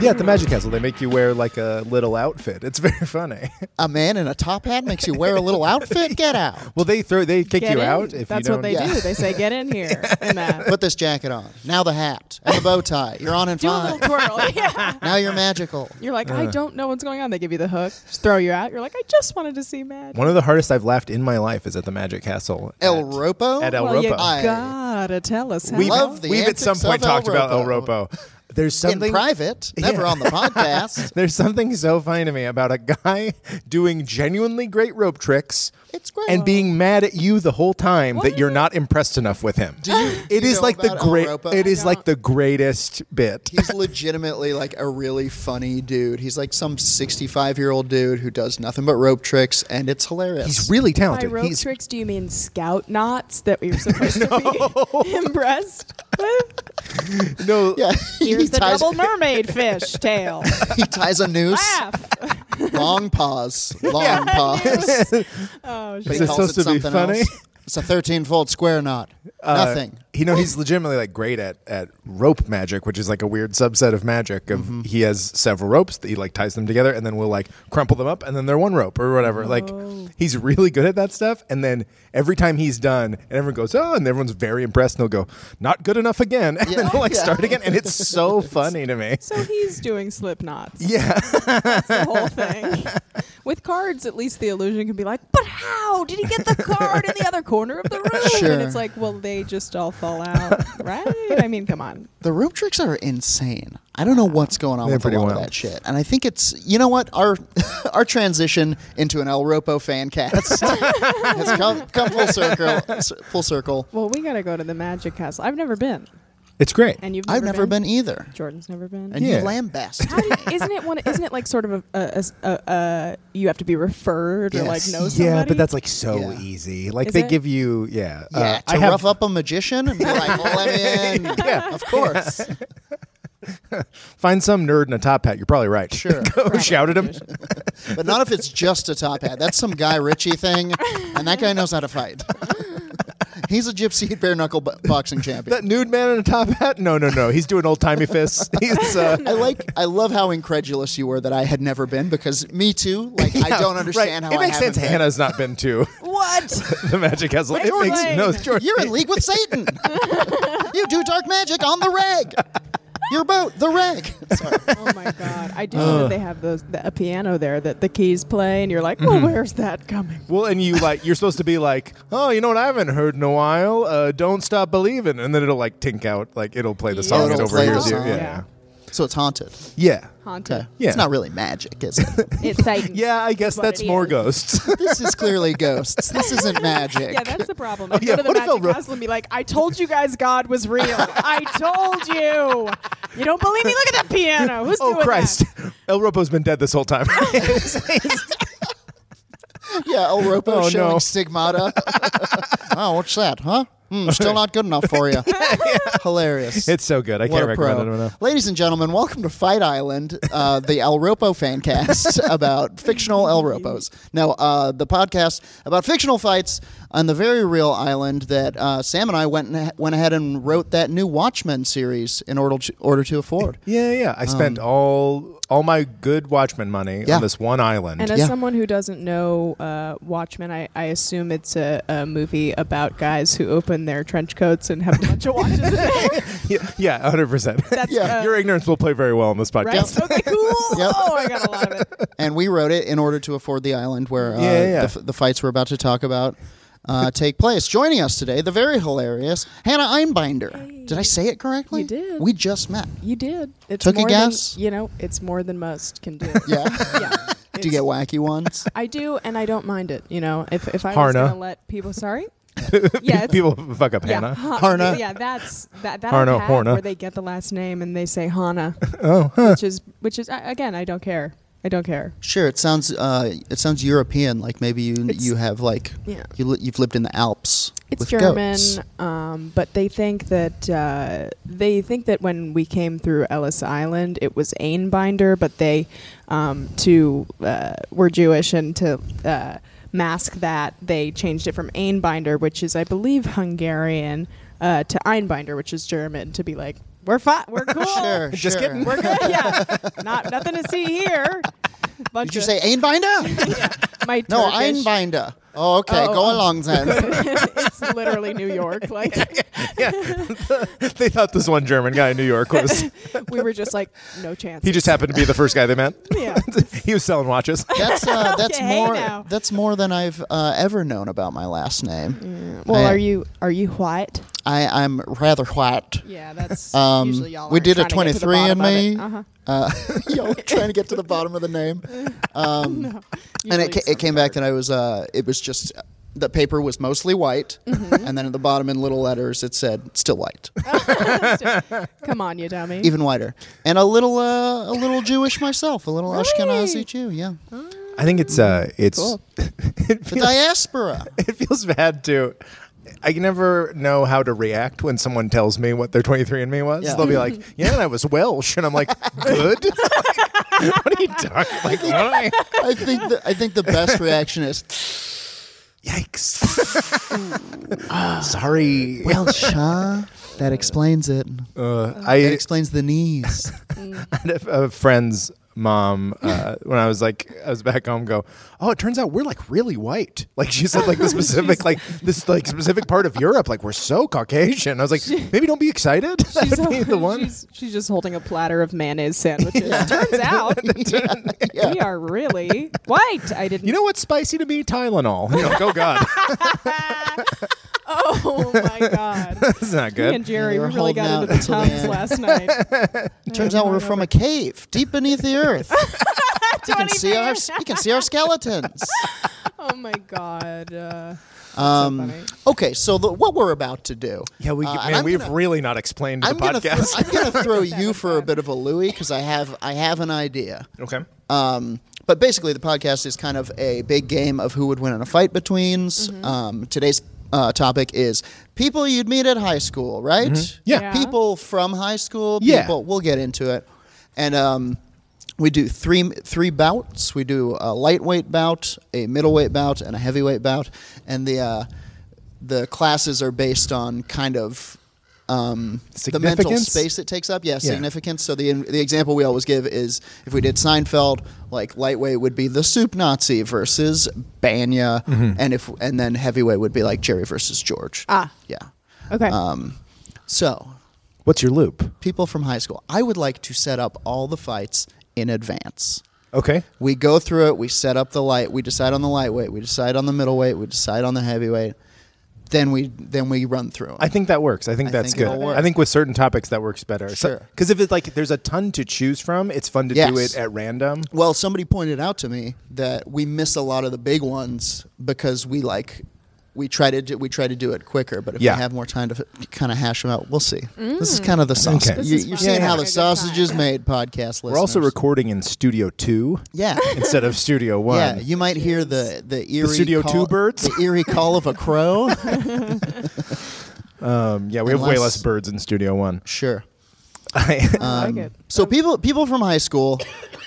Yeah, at the Magic Castle, they make you wear like a little outfit. It's very funny. A man in a top hat makes you wear a little outfit. Get out. Well, they throw they kick Get you in. out if That's you don't. what they do. They say, get in here. And, uh, Put this jacket on. Now the hat and the bow tie. You're on and do a fine. little twirl. Yeah. Now you're magical. You're like, I don't know what's going on. They give you the hook, just throw you out. You're like, I just wanted to see Magic. One of the hardest I've laughed in my life is at the Magic Castle. El at- Ropo. At El well, you Ropo. I gotta tell us how. We've, love the we've at some antics point of El talked about El Ropo. Ropo. There's in something private, never Yeah. on the podcast. There's something so funny to me about a guy doing genuinely great rope tricks It's great. and being mad at you the whole time that you're not impressed enough with him. Do you- It you is know like the about El great Ropo? it I is like don't. the greatest bit. He's legitimately like a really funny dude. He's like some 65 year old dude who does nothing but rope tricks, and it's hilarious. He's really By talented. rope He's tricks, do you mean scout knots that we were supposed to be impressed with? no yeah. Here's the ties, double mermaid fish tail. he ties a noose. Laugh. long pause. Long pause. Oh, But shit. he Is it calls supposed it to be something funny? else. It's a 13 fold square knot. uh, Nothing. You know, he's legitimately like great at, at rope magic, which is like a weird subset of magic. Of he has several ropes that he like ties them together, and then will like crumple them up, and then they're one rope or whatever. Like he's really good at that stuff. And then every time he's done, and everyone goes, "Oh," and everyone's very impressed, and they'll go, "Not good enough again," and then Yeah. they'll like Yeah. start again, and it's so funny to me. So he's doing slip knots. Yeah, the whole thing. With cards, at least the illusion can be like, but how did he get the card in the other corner of the room? Sure. And it's like, well, they just all fall out, right? I mean, come on. The rope tricks are insane. I don't know what's going on They're with a pretty lot of wild. that shit. And I think it's you know what our our transition into an El Ropo fan cast has come, come full circle. Full circle. Well, we gotta go to the Magic Castle. I've never been, it's great. and you've. Never I've never been either. Jordan's never been. And Yeah. Uh, you lambast. How do you- isn't it one? Isn't it like sort of a, a, a, a, a you have to be referred or like Yes. know somebody? yeah, but that's like so Yeah. easy. Like Is they it? give you yeah. Yeah, uh, to rough up a magician and be like, oh, let me in. Yeah. Of course. find some nerd in a top hat. You're probably right. Sure. go shout at him. But not if it's just a top hat. That's some Guy Ritchie thing, and that guy knows how to fight. He's a gypsy bare knuckle bo- boxing champion. That nude man in a top hat? No, no, no. He's doing old timey fists. He's uh, I like. I love how incredulous you were that I had never been because me too. Like I don't understand right. how it makes I sense. haven't been. Hannah's not been to what? the Magic Castle. It Jordan. makes no sense. You're in league with Satan. you do dark magic on the reg. Your boat, the reg. Sorry. oh my god! I do know that they have those the, a piano there that the keys play, and you're like, well, Mm-hmm. where's that coming? Well, and you like you're supposed to be like, oh, you know what? I haven't heard in a while. Uh, don't stop believing, and then it'll like tink out, like it'll play the Yeah. song It'll that play the overhears you. song. Yeah, So it's haunted. yeah, Haunted. Okay. Yeah. It's not really magic, is it? It's Satan. yeah. I guess what that's it more is. ghosts. this is clearly ghosts. This isn't magic. Yeah, that's the problem. I Oh, yeah, go to the what if magic Elro- castle and be like, "I told you guys God was real. I told you. You don't believe me? Look at that piano. Who's oh doing Christ, that? El Ropo's been dead this whole time. Yeah, El Ropo Oh, showing no. stigmata. oh, what's that, huh? Hmm, still not good enough for you. Hilarious. it's so good. I What can't a recommend pro. it enough. Ladies and gentlemen, welcome to Fight Island, uh, the El Ropo fan cast about fictional El Ropos. No, uh, the podcast about fictional fights on the very real island that uh, Sam and I went and went ahead and wrote that new Watchmen series in order to, order to afford. Yeah, yeah. I spent all all my good Watchmen money Um. Yeah. on this one island. And as Yeah. someone who doesn't know uh, Watchmen, I, I assume it's a, a movie about guys who open their trench coats and have a bunch of watches. in them. yeah, yeah, hundred percent. Yeah. Your ignorance will play very well on this right? podcast. Okay, cool. Yep. Oh, I got a lot of it. and we wrote it in order to afford the island where uh, Yeah, yeah. The, f- the fights we're about to talk about uh, take place. Joining us today, the very hilarious Hannah Einbinder. Did I say it correctly? You did. We just met. You did. It's Took a more guess? Than, you know, it's more than most can do. Yeah. yeah. Do you get wacky ones? I do, and I don't mind it. You know, if if I Harna. was gonna let people, sorry, yeah, it's, People fuck up yeah, Hannah. Ha- Harna. Yeah, that's that. that Harna, I've had Horna. Where they get the last name and they say Hana, Oh, huh. which is which is I- again, I don't care. I don't care. Sure, it sounds uh, it sounds European. Like maybe you It's- you have like Yeah. you li- you've lived in the Alps. It's with German, goats. um, but they think that uh, they think that when we came through Ellis Island, it was Einbinder, but they um, to uh, were Jewish and to uh, mask that they changed it from Einbinder, which is I believe Hungarian, uh, to Einbinder, which is German, to be like we're fine, we're cool, Sure, Just sure. kidding. we're good, yeah, not nothing to see here. Bunch Did you of say Einbinder? my no, Turkish- Einbinder. Oh, okay, Oh, go oh. along then. it's literally New York, like. yeah. they thought this one German guy in New York was. we were just like, no chance. He just happened to be the first guy they met. yeah. he was selling watches. That's uh, that's Okay, hey more now. that's more than I've uh, ever known about my last name. Well, I- are you are you white? I I'm rather white. Yeah, that's Um, usually y'all. we aren't did a trying to get to the 23 bottom of it. in me. Uh-huh. Uh, yo, trying to get to the bottom of the name. Um, and Usually it, ca- it's it came back something that I was uh, it was just the paper was mostly white, Mm-hmm. and then at the bottom in little letters it said still white, hard. Come on, you dummy. even whiter, and a little uh, a little Jewish myself, a little Really? Ashkenazi Jew, yeah, I think it's uh, it's Cool. it, the feels, diaspora. it feels bad to. I can never know how to react when someone tells me what their 23andMe was. Yeah. They'll be like, "Yeah, and I was Welsh," and I'm like, "Good." what are you talking? Like, what am I- I think the, I think the best reaction is Yikes! Ah. Sorry. well, Shah. That explains it. Uh, I That explains the knees. had a, a friend's mom uh, when I was like I was back home go oh it turns out we're like really white like she said like the specific like this like specific part of Europe like we're so Caucasian I was like maybe don't be excited that She's, would be the one she's, she's just holding a platter of mayonnaise sandwiches. Turns out we are really white. I didn't. you know what's spicy to me Tylenol You're like, oh god oh my god. that's not Me good and Jerry Yeah, we we're really got holding into the out until the end. tums last night. Turns out we're from a cave deep beneath the earth. you can see our you can see our skeletons. Oh my god. Uh, Um, funny. okay, so the, what we're about to do? yeah we Uh, and man I'm we've gonna- really not explained the I'm gonna, throw, podcast I'm gonna throw you for a bit of a Louie because I have I have an idea. okay Uh, Um, but basically, the podcast is kind of a big game of who would win in a fight betweens. Um, today's uh, topic is people you'd meet at high school, right? Mm-hmm. Yeah. Yeah. People from high school. Yeah. People, we'll get into it, and um, we do three three bouts. We do a lightweight bout, a middleweight bout, and a heavyweight bout, and the uh, the classes are based on kind of. Um, the mental Significance? space it takes up, yeah, Yeah. significance. So the the example we always give is if we did Seinfeld, like lightweight would be the soup Nazi versus Banya, and if and then heavyweight would be like Jerry versus George. Ah. yeah. okay. Um, so what's your loop people from high school, I would like to set up all the fights in advance. okay We go through it. We set up the light. We decide on the lightweight. We decide on the middleweight. We decide on the heavyweight. Then we then we run through. 'em. I think that works. I think I that's think it'll good. work. I think with certain topics that works better. Sure. Because if it's like there's a ton to choose from, it's fun to do Yes. it at random. Well, somebody pointed out to me that we miss a lot of the big ones because we like we try to do, we try to do it quicker. But if Yeah. we have more time to kind of hash them out, we'll see. This is kind of the sausage. Okay. This You, Mm. is you're fun. seeing Yeah, how yeah. the sausage is made, podcast listeners. We're also recording in Studio Two Yeah. instead of Studio One. Yeah, you might hear the the eerie Studio call, Two birds? the eerie call of a crow. Um, yeah, we have way Unless- Um, less birds in Studio One. sure. I- I like it. So people people from high school,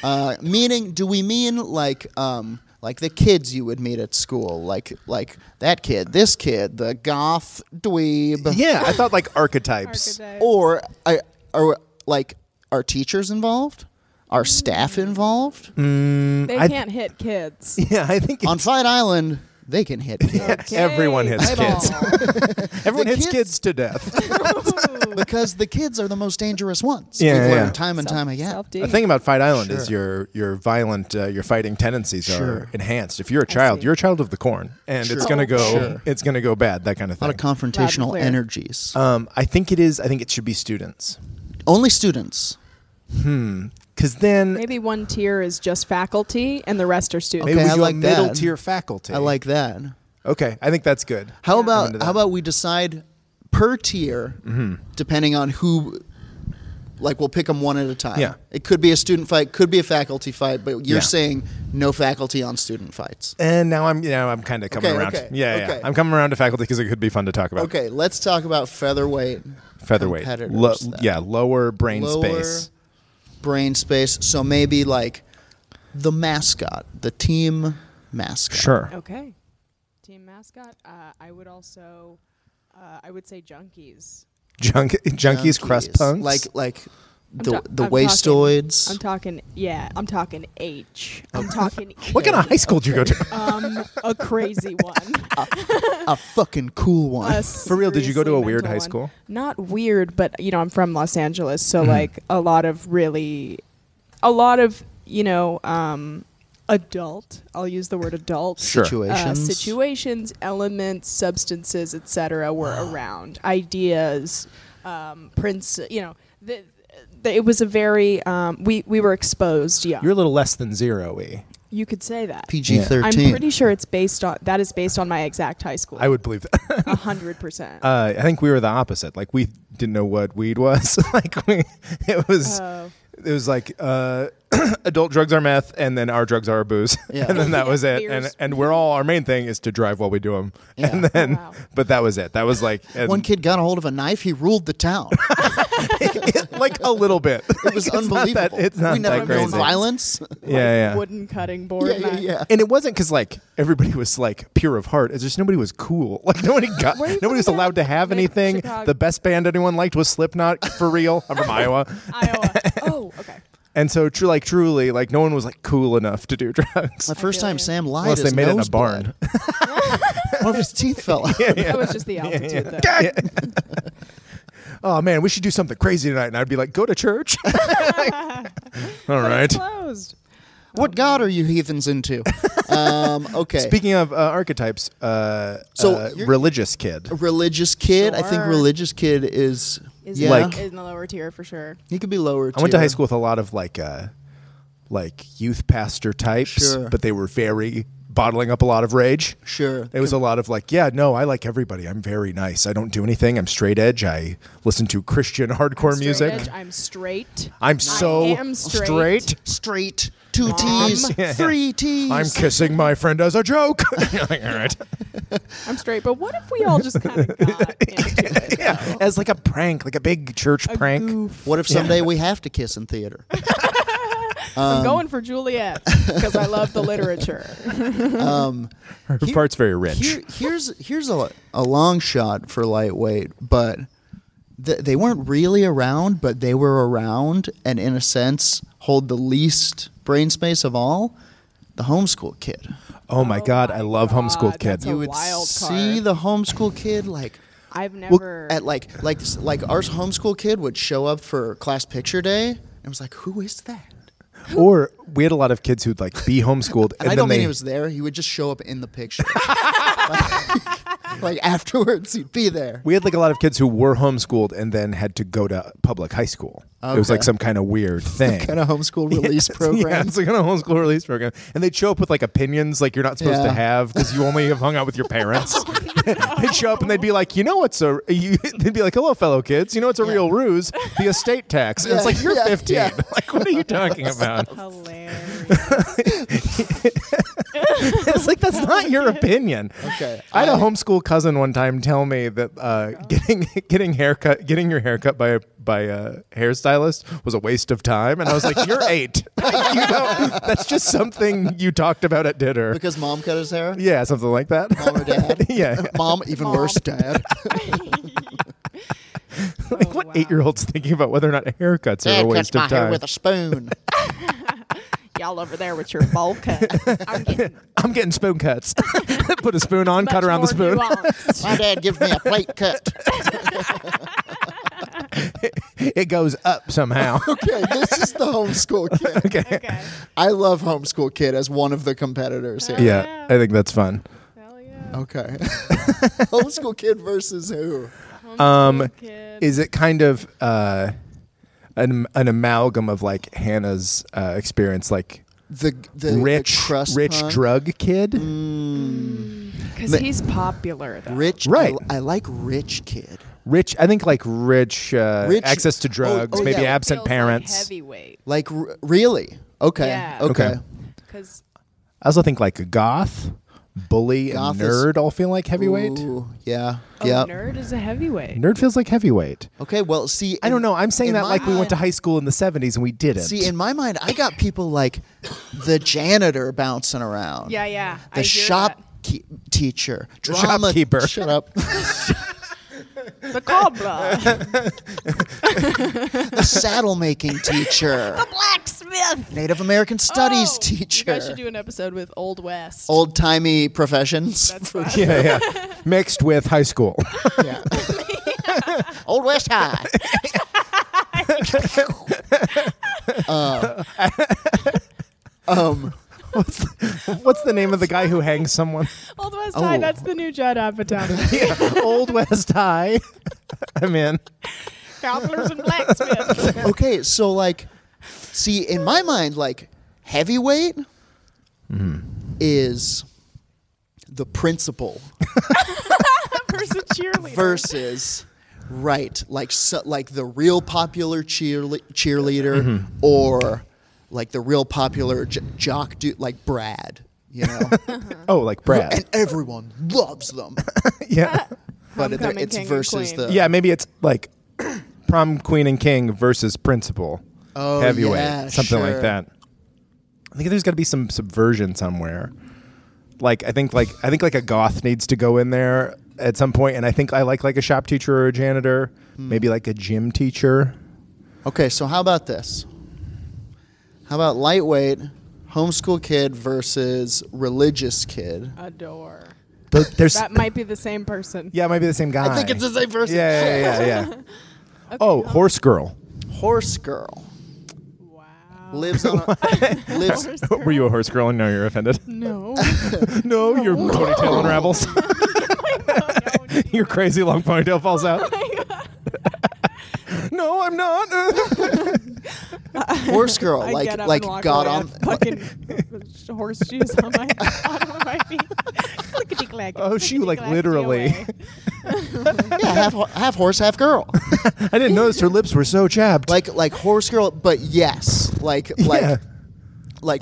uh, meaning do we mean like um, like the kids you would meet at school, like like that kid, this kid, the goth dweeb, yeah, I thought like archetypes. Archetype. or I, are like are teachers involved? Are Mm. staff involved? They I- can't hit kids. Yeah, I think On Fight Island, they can hit. kids. Okay, everyone hits kids. eyeball. everyone the hits kids- kids to death. because the kids are the most dangerous ones. Yeah, We've yeah, yeah. learned time and time again. Self-D. the thing about Fight Island is Sure. your your violent uh, your fighting tendencies are Sure. enhanced. If you're a child, see. you're a child of the corn, and it's Sure. gonna Oh, go sure. it's gonna go bad. That kind of A thing. lot of confrontational clear. energies. Um, I think it is. I think it should be students, Only students. because then maybe, Maybe one tier is just faculty and the rest are students. Okay, we I do like a that. middle tier faculty. I like that. Okay, I think that's good. How I'm into about that. Mm-hmm. how about we decide per tier, depending on who, like we'll pick them one at a time. Yeah. it could be a student fight, could be a faculty fight, but you're Yeah. saying no faculty on student fights. And now I'm, you know, I'm kind of coming Okay, around. okay, yeah, yeah, okay. I'm coming around to faculty because it could be fun to talk about. Okay, let's talk about featherweight, featherweight, competitors Lo- then. yeah, lower brain Lower- space. brain space. So maybe like the mascot, the team mascot. Sure. Okay. Team mascot. Uh, I would also, uh, I would say junkies. Junk, junkies, crust punks. like like I'm the ta- the I'm wastoids. Talking, I'm talking. Yeah, I'm talking H. I'm talking. Oh. what kind of K. high school did you go to? Um, a crazy one. a fucking cool one. A Oh, For real, did you go to a seriously weird mental high one. school? Not weird, but you know, I'm from Los Angeles, so Mm-hmm. like a lot of really, a lot of you know, um, adult. I'll use the word adult. Sure. Uh, Situations. situations, elements, substances, etc., were around. Ideas, um, prints. You know, the, the, it was a very um, we we were exposed. Yeah, You're a little less than zero e. you could say that. PG I'm 13 pretty sure it's based on that is based on my exact high school. I would believe that. a hundred percent. Uh, I think we were the opposite. Like we didn't know what weed was. like we, it was, Oh. it was like uh, adult drugs are meth, and then our drugs are our booze, Yeah. and then that was it. Beer's And and we're all our main thing is to drive while we do them, and Yeah. then Wow. but that was it. That was like and- One kid got a hold of a knife. He ruled the town. like a little bit. It was unbelievable. Not that, it's not we never that known crazy. violence. Yeah, yeah. wooden cutting board. knife. And it wasn't because like everybody was like pure of heart. It's just nobody was cool. Like nobody got Were you nobody was from allowed to down have mid- anything. Chicago? The best band anyone liked was Slipknot for real. I'm from Iowa, Iowa. Oh, okay. and so true. Like truly, like no one was like cool enough to do drugs The first feel time you. Sam lied, unless they his made it in a nose barn. bled. One of his teeth fell out. That was just the altitude. though. oh man, we should do something crazy tonight. And I'd be like, go to church. All right. It's closed. What god are you heathens into? Um, okay, Speaking of uh, archetypes, uh, So uh, you're- religious kid. religious kid. I think Sure. religious kid is, Is yeah. Like- like in the lower tier for sure. he could be lower. I went to high school with a lot of like uh like youth pastor types, Sure. but they were very bottling up a lot of rage. Sure. It was a lot of like, yeah, no, I like everybody. I'm very nice. I don't do anything. I'm straight edge. I listen to Christian hardcore Straight music. edge, I'm straight. I'm so I am straight. straight. Straight two Mom. T's, three T's. I'm kissing my friend as a joke. You're like, All right. I'm straight. But what if we all just kind of got into it? Yeah. As like a prank, like a big church A prank. goof. What if someday we have to kiss in theater? I'm going for Juliet because I love the literature. Her part's very rich. Here, here's here's a, a long shot for lightweight, but th- they weren't really around, but they were around, and in a sense, hold the least brain space of all. The homeschool kid. oh my God, I love homeschool God, kids. that's a You would wild see card. the homeschool kid like I've look never. at like like like our homeschool kid would show up for class picture day and was like, "Who is that?" Or we had a lot of kids who'd like be homeschooled and, And I then don't they mean he was there. He would just show up in the picture. like, afterwards, he'd be there. We had like a lot of kids who were homeschooled and then had to go to public high school. It was Okay. like some kind of weird thing. Kind of homeschool release Yeah, program. it's like a homeschool release program, and they'd show up with like opinions like you're not supposed to Yeah. Oh have because you only have hung out with your parents. they'd show up and they'd be like, you know what's a? You, they'd be like, hello, fellow kids. You know what's a real ruse? The estate tax. And it's Yeah, like you're yeah, 15. yeah. Like what are you talking about? Hilarious. it's like that's not your opinion. Okay. I had a homeschool cousin one time tell me that uh, getting getting haircut getting your haircut by a by a hairstylist was a waste of time, and I was like, "You're eight. Like, you know, that's just something you talked about at dinner. Because mom cut his hair. yeah, something like that. Mom or dad. yeah, Mom, even Mom. worse, dad. like what eight year old's thinking about whether or not haircuts are a waste of time. spoon. Y'all over there with your bowl cut. I'm getting I'm getting spoon cuts. Put a spoon on, cut much around the more spoon. nuanced. My dad gives me a plate cut. it goes up somehow. Okay, this is the homeschool kid. Okay. I love homeschool kid as one of the competitors here. yeah, I think that's fun. Hell yeah. Okay. homeschool kid versus who? Um, Homeschool kid. is it kind of uh, an an amalgam of like Hannah's uh, experience, like the the Mm. the rich, crust rich punk. drug kid. Because Ma- he's popular, though. rich. Right. I, I like rich kid. Rich, I think like rich, uh, Rich- access to oh, drugs, oh, maybe yeah. absent parents. heavyweight. Like r- really? Okay. Yeah. Okay. Okay. Because I also think like goth, bully, Goth and is- nerd all feel like heavyweight. Ooh, yeah. a yeah. nerd is a heavyweight. Nerd feels like heavyweight. Okay. Well, see, I don't in- know. I'm saying in that my like we went mind- to high school in the 70s and we didn't. See, in my mind, I got people like the janitor bouncing around. Yeah, yeah. I The hear shop ke- teacher, drama shopkeeper. Shut up. that. The cobbler. the saddle making teacher, Blacksmith. Native American studies Oh, teacher, Oh. You guys should do an episode with Old West. old timey professions, for- yeah, yeah. Mixed with high school. yeah. old West High. Uh, um, What's the name of the guy who hangs someone? Old West High, Oh. that's the new Judd Apatow. Yeah, Old West High. I'm in. Cobblers and blacksmiths. okay, so like, see, in my mind, like heavyweight Mm-hmm. is the principal versus cheerleader. versus right, like so, like the real popular cheerle- cheerleader or like the real popular j- jock dude, like Brad, you know, Oh, like Brad. and everyone loves them, yeah. but it- Homecoming it's king and versus queen. the Yeah, maybe it's like prom queen and king versus principal. Oh, heavyweight, yeah, something like sure. that. I think there's got to be some subversion somewhere. Like I think like I think like a goth needs to go in there at some point, and I think I like like a shop teacher or a janitor, Hmm. maybe like a gym teacher. Okay, so how about this? How about lightweight homeschool kid versus religious kid? Adore. Th- There's That might be the same person. yeah, it might be the same guy. I think it's the same person. Yeah, yeah, yeah, yeah. oh, horse girl. Horse girl Wow. lives on a, lives Were you a horse girl? And now you're offended. No. no, your ponytail unravels. your crazy long ponytail falls out. no, I'm not. horse girl I like get up like and walk got away. I on have fucking horseshoes on my bottom of my feet. Clickety clack. Oh, she, like, clickety-clack, literally- away. yeah half ho- half horse half girl I didn't notice her lips were so chapped. like like horse girl but yes like Yeah. like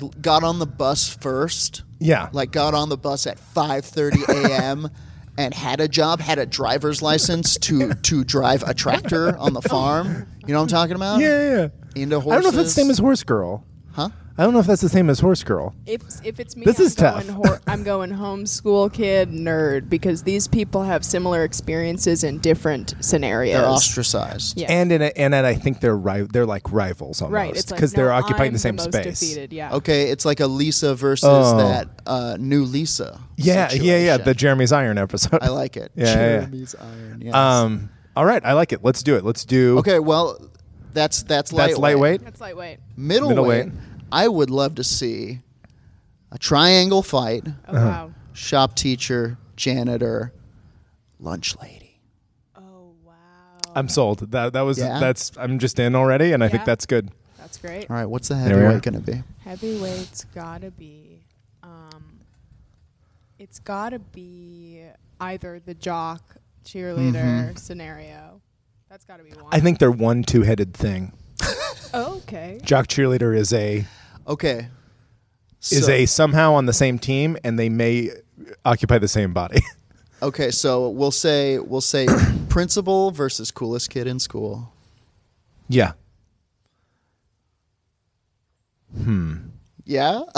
like got on the bus first yeah, like got on the bus at 5:30 a.m. and had a job, had a driver's license to to drive a tractor on the farm. You know what I'm talking about? yeah, yeah, yeah. Into I don't know if that's the same as horse horses. girl. Huh? I don't know if that's the same as horse girl. If, if it's me, This I'm is going tough. hor- I'm going homeschool kid nerd because these people have similar experiences in different scenarios. They're ostracized. Yeah. And in a, and and I think they're ri- they're like rivals right. It's almost like, because no, they're occupying I'm the same most space. Defeated. Yeah. Okay, it's like a Lisa versus Oh. that uh, new Lisa. Yeah, yeah, yeah. situation. The Jeremy's Iron episode. I like it. Yeah, yeah, yeah. Jeremy's iron. Yes. Um. All right, I like it. Let's do it. Let's do. okay, well, that's that's lightweight. That's lightweight. That's lightweight. Middleweight. Middleweight. I would love to see a triangle fight: Oh, Uh-huh. wow. shop teacher, janitor, lunch lady. Oh, wow. I'm sold. That that was Yeah. that's. I'm just in already, and I think Yeah. that's good. That's great. All right, what's the we heavyweight are. going to be? Heavyweight's gotta be, um, it's gotta be either the jock cheerleader scenario. That's gotta be one. Mm-hmm. I think they're one two-headed thing. Oh, okay. Jock cheerleader is a Okay. is So- a somehow on the same team, and they may occupy the same body. okay. So we'll say we'll say principal versus coolest kid in school. yeah. Yeah.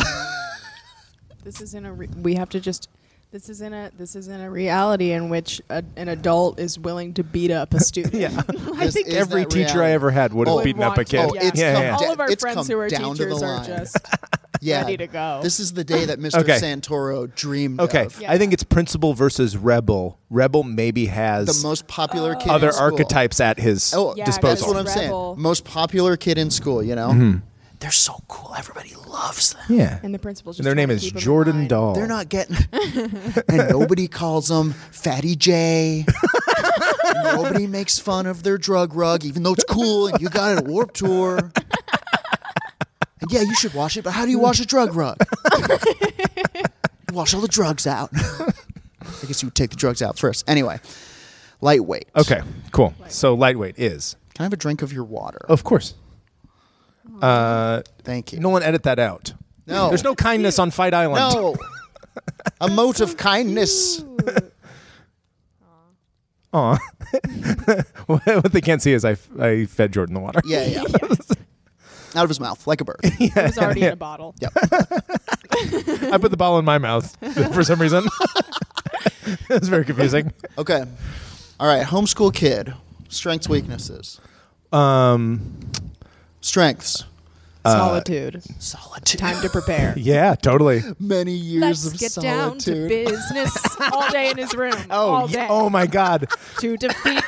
This is in a. Re- we have to just. This is in a. This is in a reality in which a, an adult is willing to beat up a student. Yeah. I This think is every that teacher I reality. ever had would have Oh, beaten up a watch- kid. oh, yeah, it's yeah, come yeah. down- All of our it's friends come who are down to the teachers are line. just yeah. ready to go. This is the day that Mr. Okay. Santoro dreamed Okay, of. Yeah. I think it's principal versus rebel. Rebel maybe has The most popular kid. other in school. archetypes at his Oh, Yeah, That's disposal. what I'm Rebel. saying. Most popular kid in school. You know, Mm-hmm. they're so cool. Everybody loves them. yeah, and the principal's just their name trying to is keep 'em in Jordan line. Dahl. They're not getting, and nobody calls them Fatty J. nobody makes fun of their drug rug, even though it's cool and you got it at Warp Tour. And Yeah, you should wash it, but how do you wash a drug rug? wash all the drugs out. I guess you would take the drugs out first. Anyway, lightweight. Okay, cool. So lightweight is, Can I have a drink of your water? of course. Uh, Thank you. Oh, no one edit that out. No. there's no kindness on Fight Island. No. a mote of kindness. Aw. what they can't see is I, I fed Jordan the water. Yeah, yeah. Out of his mouth, like a bird. It was already in a bottle. Yep. I put the ball in my mouth for some reason. it was very confusing. Okay. All right. Homeschool kid. Strengths, weaknesses. Um, Strengths. Uh, Solitude. Solitude. Time to prepare. yeah, totally. Many years Let's of get down to solitude. business all day in his room. Oh, all yeah. day. oh my God. to defeat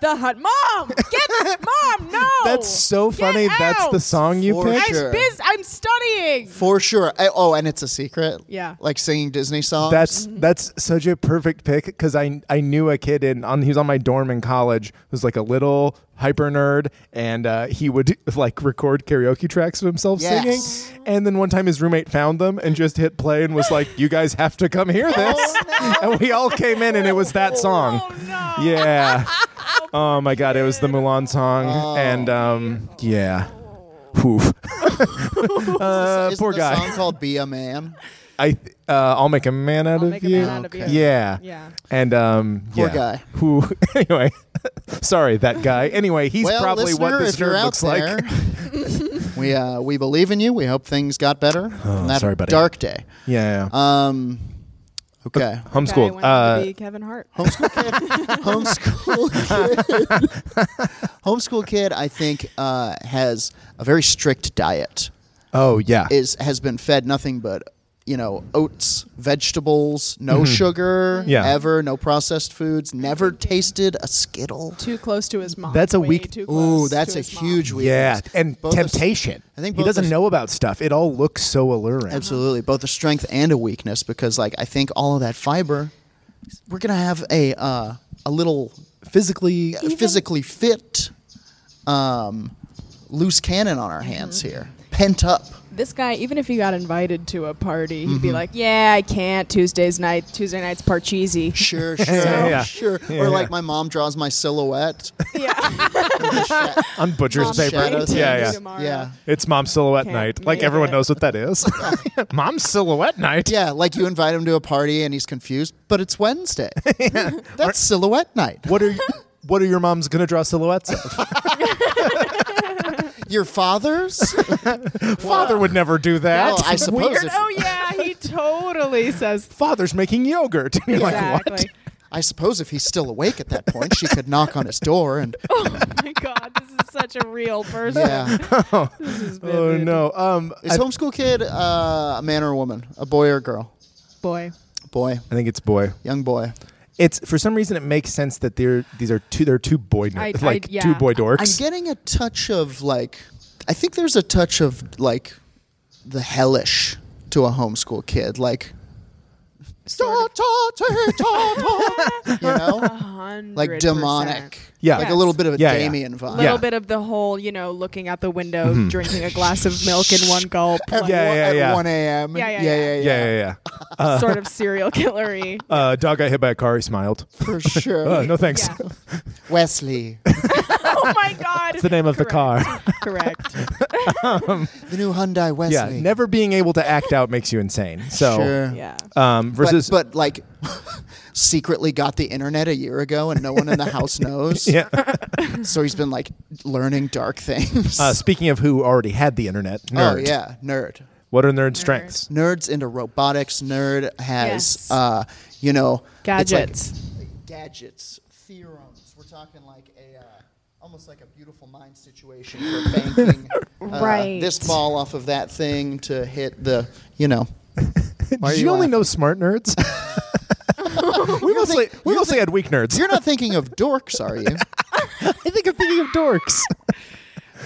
the hunt. Mom, get mom. No, That's so Oh, Get funny. That's out! the song you For picked. sure. I'm biz. I'm studying. For sure. I, oh, and it's a secret. Yeah. Like singing Disney songs. That's that's such a perfect pick because I I knew a kid in on he was on my dorm in college who's like a little hyper nerd and uh, he would like record karaoke tracks of himself Yes. singing and then one time his roommate found them and just hit play and was like you guys have to come hear this and we all came in and it was that song Oh no. yeah oh my god it was the Mulan song and um yeah. Poof. uh, Isn't poor the guy. song called Be a Man? I th- uh, I'll make a man out I'll of make a you. man out of you. Yeah. Yeah. And um, Poor yeah. guy. Who? Anyway, sorry that guy. Anyway, he's well, probably listener, what this if you're nerd out looks there, like. Oh, we uh, we believe in you. We hope things got better on that sorry, buddy. dark day. Yeah. Um. Okay. Guy Homeschooled. went on to Uh, be Kevin Hart. homeschool kid homeschool kid homeschool kid i think uh, has a very strict diet oh yeah. is has been fed nothing but you know oats vegetables no sugar Mm-hmm. Yeah. ever no processed foods never tasted a skittle Too close to his mom. That's a Way weak- Too close ooh that's to a his mom. huge weakness yeah. And Both a s- temptation. I think he both doesn't are- know about stuff. It all looks so alluring. absolutely both a strength and a weakness because like i think all of that fiber we're gonna have a uh, a little Physically. physically fit um, loose cannon on our hands Mm-hmm. here, pent up. This guy, even if he got invited to a party, he'd Mm-hmm. be like, "Yeah, I can't. Tuesday's night. Tuesday night's parcheesi." Sure, sure, yeah, yeah. sure. Yeah, or yeah. like my mom draws my silhouette. yeah. On butcher's Mom's paper. brain shadows. teased me Yeah, yeah. tomorrow. Yeah, It's mom silhouette Can't night. Like make everyone it. knows what that is. mom silhouette night. yeah. Like you invite him to a party and he's confused, but it's Wednesday. That's silhouette night. What are What are your moms gonna draw silhouettes of? Your father's? Father would never do that. Well, I suppose Weird. if- Oh yeah, he totally says Father's making yogurt. And you're like, exactly. what? I suppose if he's still awake at that point, she could knock on his door and oh my god, this is such a real person. yeah. This is Oh vivid. no. Um, Is homeschool kid uh, a man or a woman? A boy or a girl? boy. Boy, I think it's boy. young boy. It's for some reason it makes sense that they're these are two they're two boy ner- I- I- like yeah. two boy dorks. I'm getting a touch of like, I think there's a touch of like the hellish to a homeschool kid, like. you know, like demonic, Yeah. like a Yes. little bit of a Yeah, yeah. Damien vibe. little Yeah. Mm-hmm. bit of the whole, you know, looking out the window, drinking a glass of milk in one gulp, like, Yeah, uh. One- yeah, at yeah. one a.m. Yeah, yeah, yeah, yeah. yeah, yeah, yeah. sort of serial killery. Uh, dog got hit by a car. He smiled. for sure. Uh, no thanks. Yeah. Wesley, oh my god. It's the name of the car. Correct. the new Hyundai yeah, Wesley. never being able to act out makes you insane. So, Sure. Yeah. um, But- versus but like, secretly got the internet a year ago, and no one in the house knows. yeah. So he's been like learning dark things. Uh, speaking of who already had the internet, nerd. Oh yeah, nerd. What are nerd strengths? Nerds into robotics. Nerd has Yes. uh, you know it's like- Gadgets. gadgets, theorems. We're talking like a uh, almost like a beautiful mind situation for banking. uh, Right. This ball off of that thing to hit the you know. Did you you, only laughing? know smart nerds? we mostly we mostly had weak nerds. You're not thinking of dorks, are you? I think I'm thinking of dorks.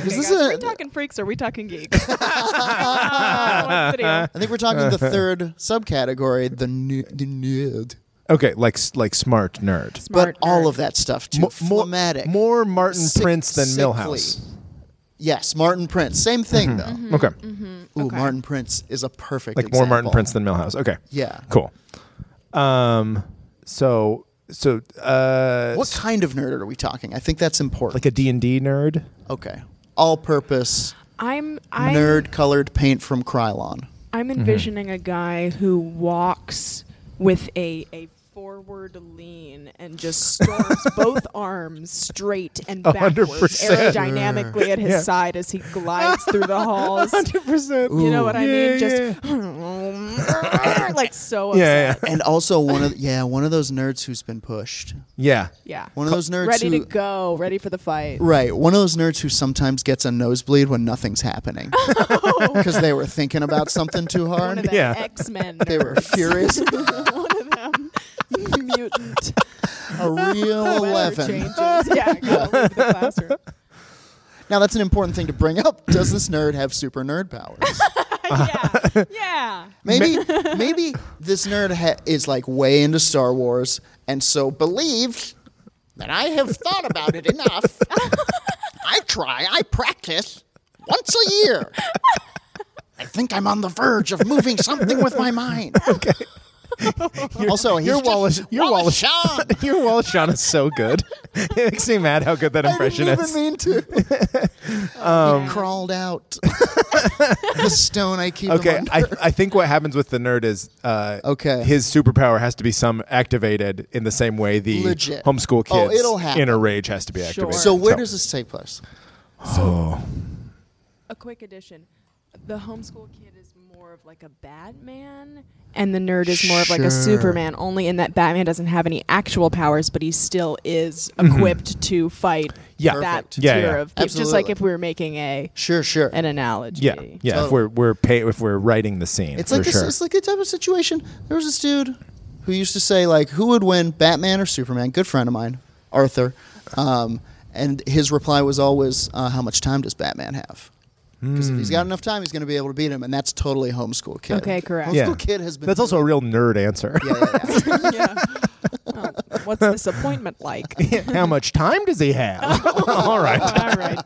Is this Guys, are we a- talking freaks or are we talking geeks? Uh, what's the deal? I think we're talking the third subcategory, the, nu- the nerd. Okay, like s- like smart nerd. Smart but all nerd. of that stuff too. Mo- more, phlegmatic. more Martin Sick- Prince than sickly. Millhouse. Yes, Martin Prince. Same thing though. Mm-hmm. Okay. Ooh, Martin Prince is a perfect Mm-hmm. Like more Martin Mm-hmm. Prince example. than Millhouse. Okay. Yeah. Cool. Um. So so uh. What kind of nerd are we talking? I think that's important. Like a D and D nerd. okay, all-purpose I'm I'm nerd-colored paint from Krylon. I'm envisioning a guy who walks with a a forward lean and just storms both arms straight and hundred backwards percent. aerodynamically at his Yeah. side as he glides through the halls. percent. You know what I Yeah, mean? Just like so upset. Yeah. Yeah. And also one of yeah one of those nerds who's been pushed. yeah. Yeah. One of those nerds ready who- to go, ready for the fight. Right, one of those nerds who sometimes gets a nosebleed when nothing's happening because they were thinking about something too Oh. One of hard. the Yeah. X Men. They were furious. one of them mutant A real weather eleven. changes. Yeah, gotta leave the classroom. Now that's an important thing to bring up. Does this nerd have super nerd powers? yeah, yeah. Maybe, maybe this nerd ha- is like way into Star Wars, and so believed that I have thought about it enough. I try, I practice once a year. I think I'm on the verge of moving something with my mind. Okay. also, he's Your just- Wallace, your Wallace, Shawn. your Wallace Shawn is so good. It makes me mad how good that I impression didn't even is. mean to. Um, He crawled out the stone I keep. him Okay, under. I, I think what happens with the nerd is uh, Okay. His superpower has to be some activated in the same way the Legit. homeschool Oh, kids it'll happen. inner rage has to be activated. oh, Sure. So where does this take place? A quick addition: the homeschool kid is more of like a Batman, and the nerd is more of like Sure. a Superman. Only in that Batman doesn't have any actual powers, but he still is equipped to fight Mm-hmm. Yeah. that Perfect. Yeah, tier yeah. of people. Just like Absolutely. if we were making a Sure, sure. an analogy. yeah, yeah. If Totally. we're we're pay, if we're writing the scene, It's for like this, sure. it's like a type of situation. There was this dude who used to say like, "Who would win, Batman or Superman?" Good friend of mine, Arthur, um, and his reply was always, uh, "How much time does Batman have?" Because if he's Hmm. got enough time, he's going to be able to beat him, and that's totally homeschool kid. Okay, correct. Homeschool yeah. kid has been. That's also a real nerd answer. Yeah, yeah, yeah. yeah. Oh, what's this appointment like? How much time does he have? All right. All right.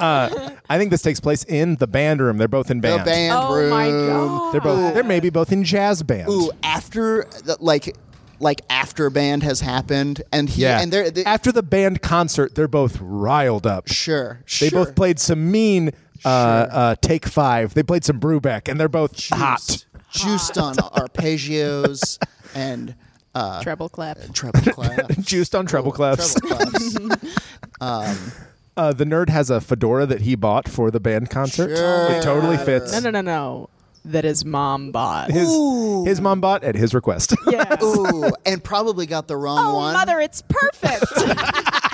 Uh, I think this takes place in the band room. They're both in the bands. band Oh room. my god. They're both. They're maybe both in jazz bands. Ooh, after the- like, like after band has happened, and he Yeah. and they're they, After the band concert, they're both riled up. sure, They sure. both played some mean uh, uh, take five. They played some Brubeck, and they're both hot. juiced, juiced on arpeggios and uh, Treble clap. treble claps. Juiced on treble Ooh, clefs. treble claps. Uh, the nerd has a fedora that he bought for the band concert. Sure. It totally fits. No, no, no, no. That is mom bot. His his mom bought at his request. yeah. Ooh, and probably got the wrong Oh, one. mother, it's perfect.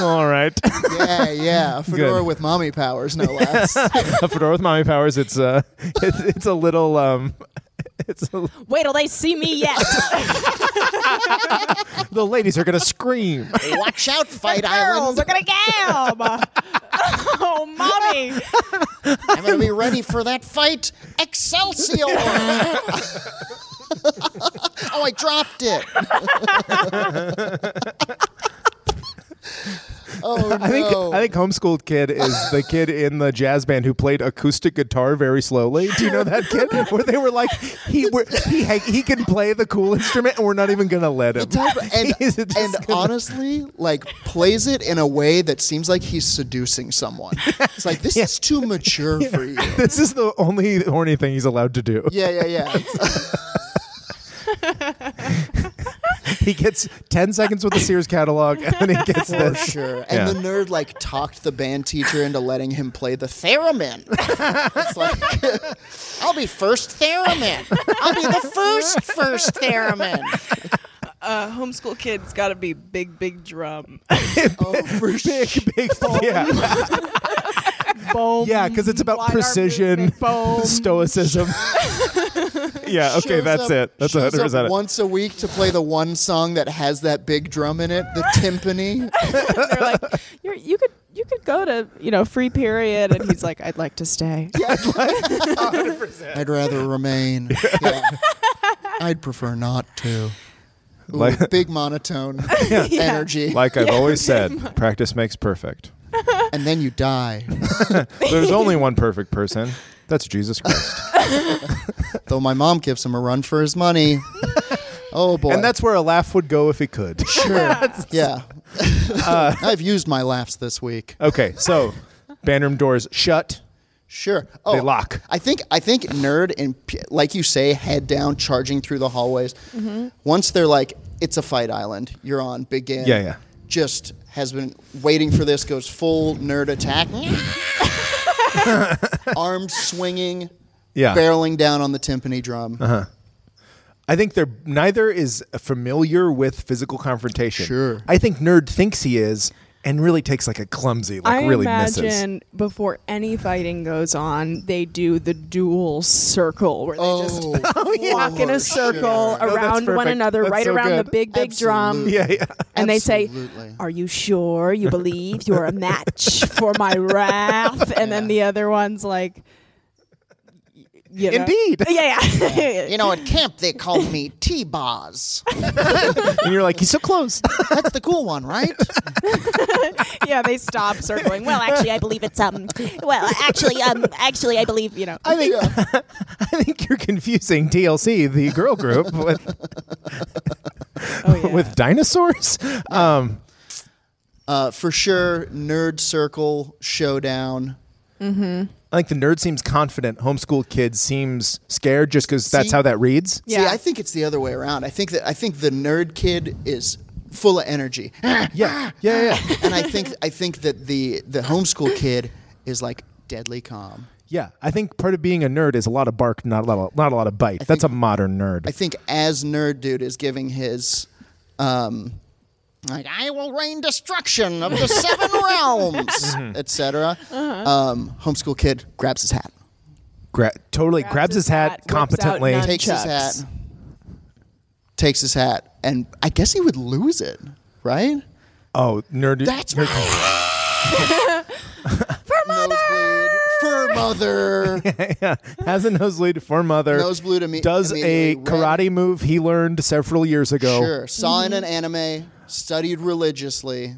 All right, Yeah, yeah. Fedora Good. with mommy powers, no less. a fedora with mommy powers. It's uh, it's, it's a little um, it's a, Wait till they see me yet. the ladies are gonna scream. Watch out, Fight Girls are Island. gonna gab. oh, mommy. I'm going to be ready for that fight. Excelsior! oh, I dropped it. oh, I think no. I think homeschooled kid is the kid in the jazz band who played acoustic guitar very slowly. Do you know that kid? Where they were like, he we're, he ha- he can play the cool instrument, and we're not even gonna let him. type- and, He's just and gonna- honestly, like plays it in a way that seems like he's seducing someone. It's like this is too mature for you. this is the only horny thing he's allowed to do. Yeah, yeah, yeah. It's- He gets ten seconds with the Sears catalog, and then he gets for this. sure. And Yeah. the nerd like talked the band teacher into letting him play the theremin. It's like I'll be first theremin. I'll be the first first theremin. Uh, homeschool kid's gotta be big, big drum. Oh, for sure. Big, big, yeah, Boom. yeah, because it's about Wide-arm precision, movement, boom. stoicism. yeah, okay, Shows that's up- it. That's shows hundred up percent. it. once a week to play the one song that has that big drum in it, the timpani. They're like, You're, you could, you could go to, you know, free period, and he's like, I'd like to stay. I'd rather remain. Yeah. I'd prefer not to. Like, big monotone energy, like I've always said, practice makes perfect. and then you die. There's only one perfect person. That's Jesus Christ. Though my mom gives him a run for his money. Oh boy, and that's where a laugh would go if he could. sure. yeah, uh, I've used my laughs this week. Okay, so bedroom doors shut. Sure. Oh, They lock. I think I think nerd and p- like you say, head down, charging through the hallways. Mm-hmm. Once they're like, it's a fight island. You're on. Begin. Yeah, yeah. Just has been waiting for this. Goes full nerd attack. Arms swinging, Yeah. Uh-huh. barreling down on the timpani drum. I think they're neither is familiar with physical confrontation. Sure. I think nerd thinks he is and really takes like a clumsy, like I really imagine misses. before any fighting goes on, they do the dual circle where they just Oh, walk in a circle No, that's around one perfect. another, That's right so around the good. big, big drum. Absolutely. Yeah, yeah. And they Absolutely. say, Are you sure you believe you're a match for my wrath? And then the other one's like, y- you know- Indeed. Yeah, yeah. You know, at camp they called me T Boz. And you're like, he's so close. That's the cool one, right? yeah, they stop circling. Well, actually, I believe it's um. Well, actually, um, actually, I believe you know. I think I think you're confusing TLC, the girl group, with Oh, yeah. with dinosaurs. Um, Uh, for sure, nerd circle showdown. I think the nerd seems confident. Homeschool kid seems scared just because that's See? how that reads. See, Yeah. I think it's the other way around. I think that I think the nerd kid is full of energy, and Yeah, yeah, yeah, yeah. I think I think that the the homeschool kid is like deadly calm. yeah. I think part of being a nerd is a lot of bark, not a lot, of, not a lot of bite. that's a modern nerd. I think as nerd dude is giving his, um, like I will rain destruction of the seven realms, etc. Uh-huh. Um, homeschool kid grabs his hat, Gra- totally grabs, Grabs his, his hat, hat, whips out competently. none. takes Chucks. his hat, takes his hat, and I guess he would lose it, right? Oh, nerd. That's nerd- Nosebleed for mother. has a nosebleed for mother. Nosebleed imme- does a immediately, karate red. move he learned several years ago. Sure. Saw in an anime, studied religiously.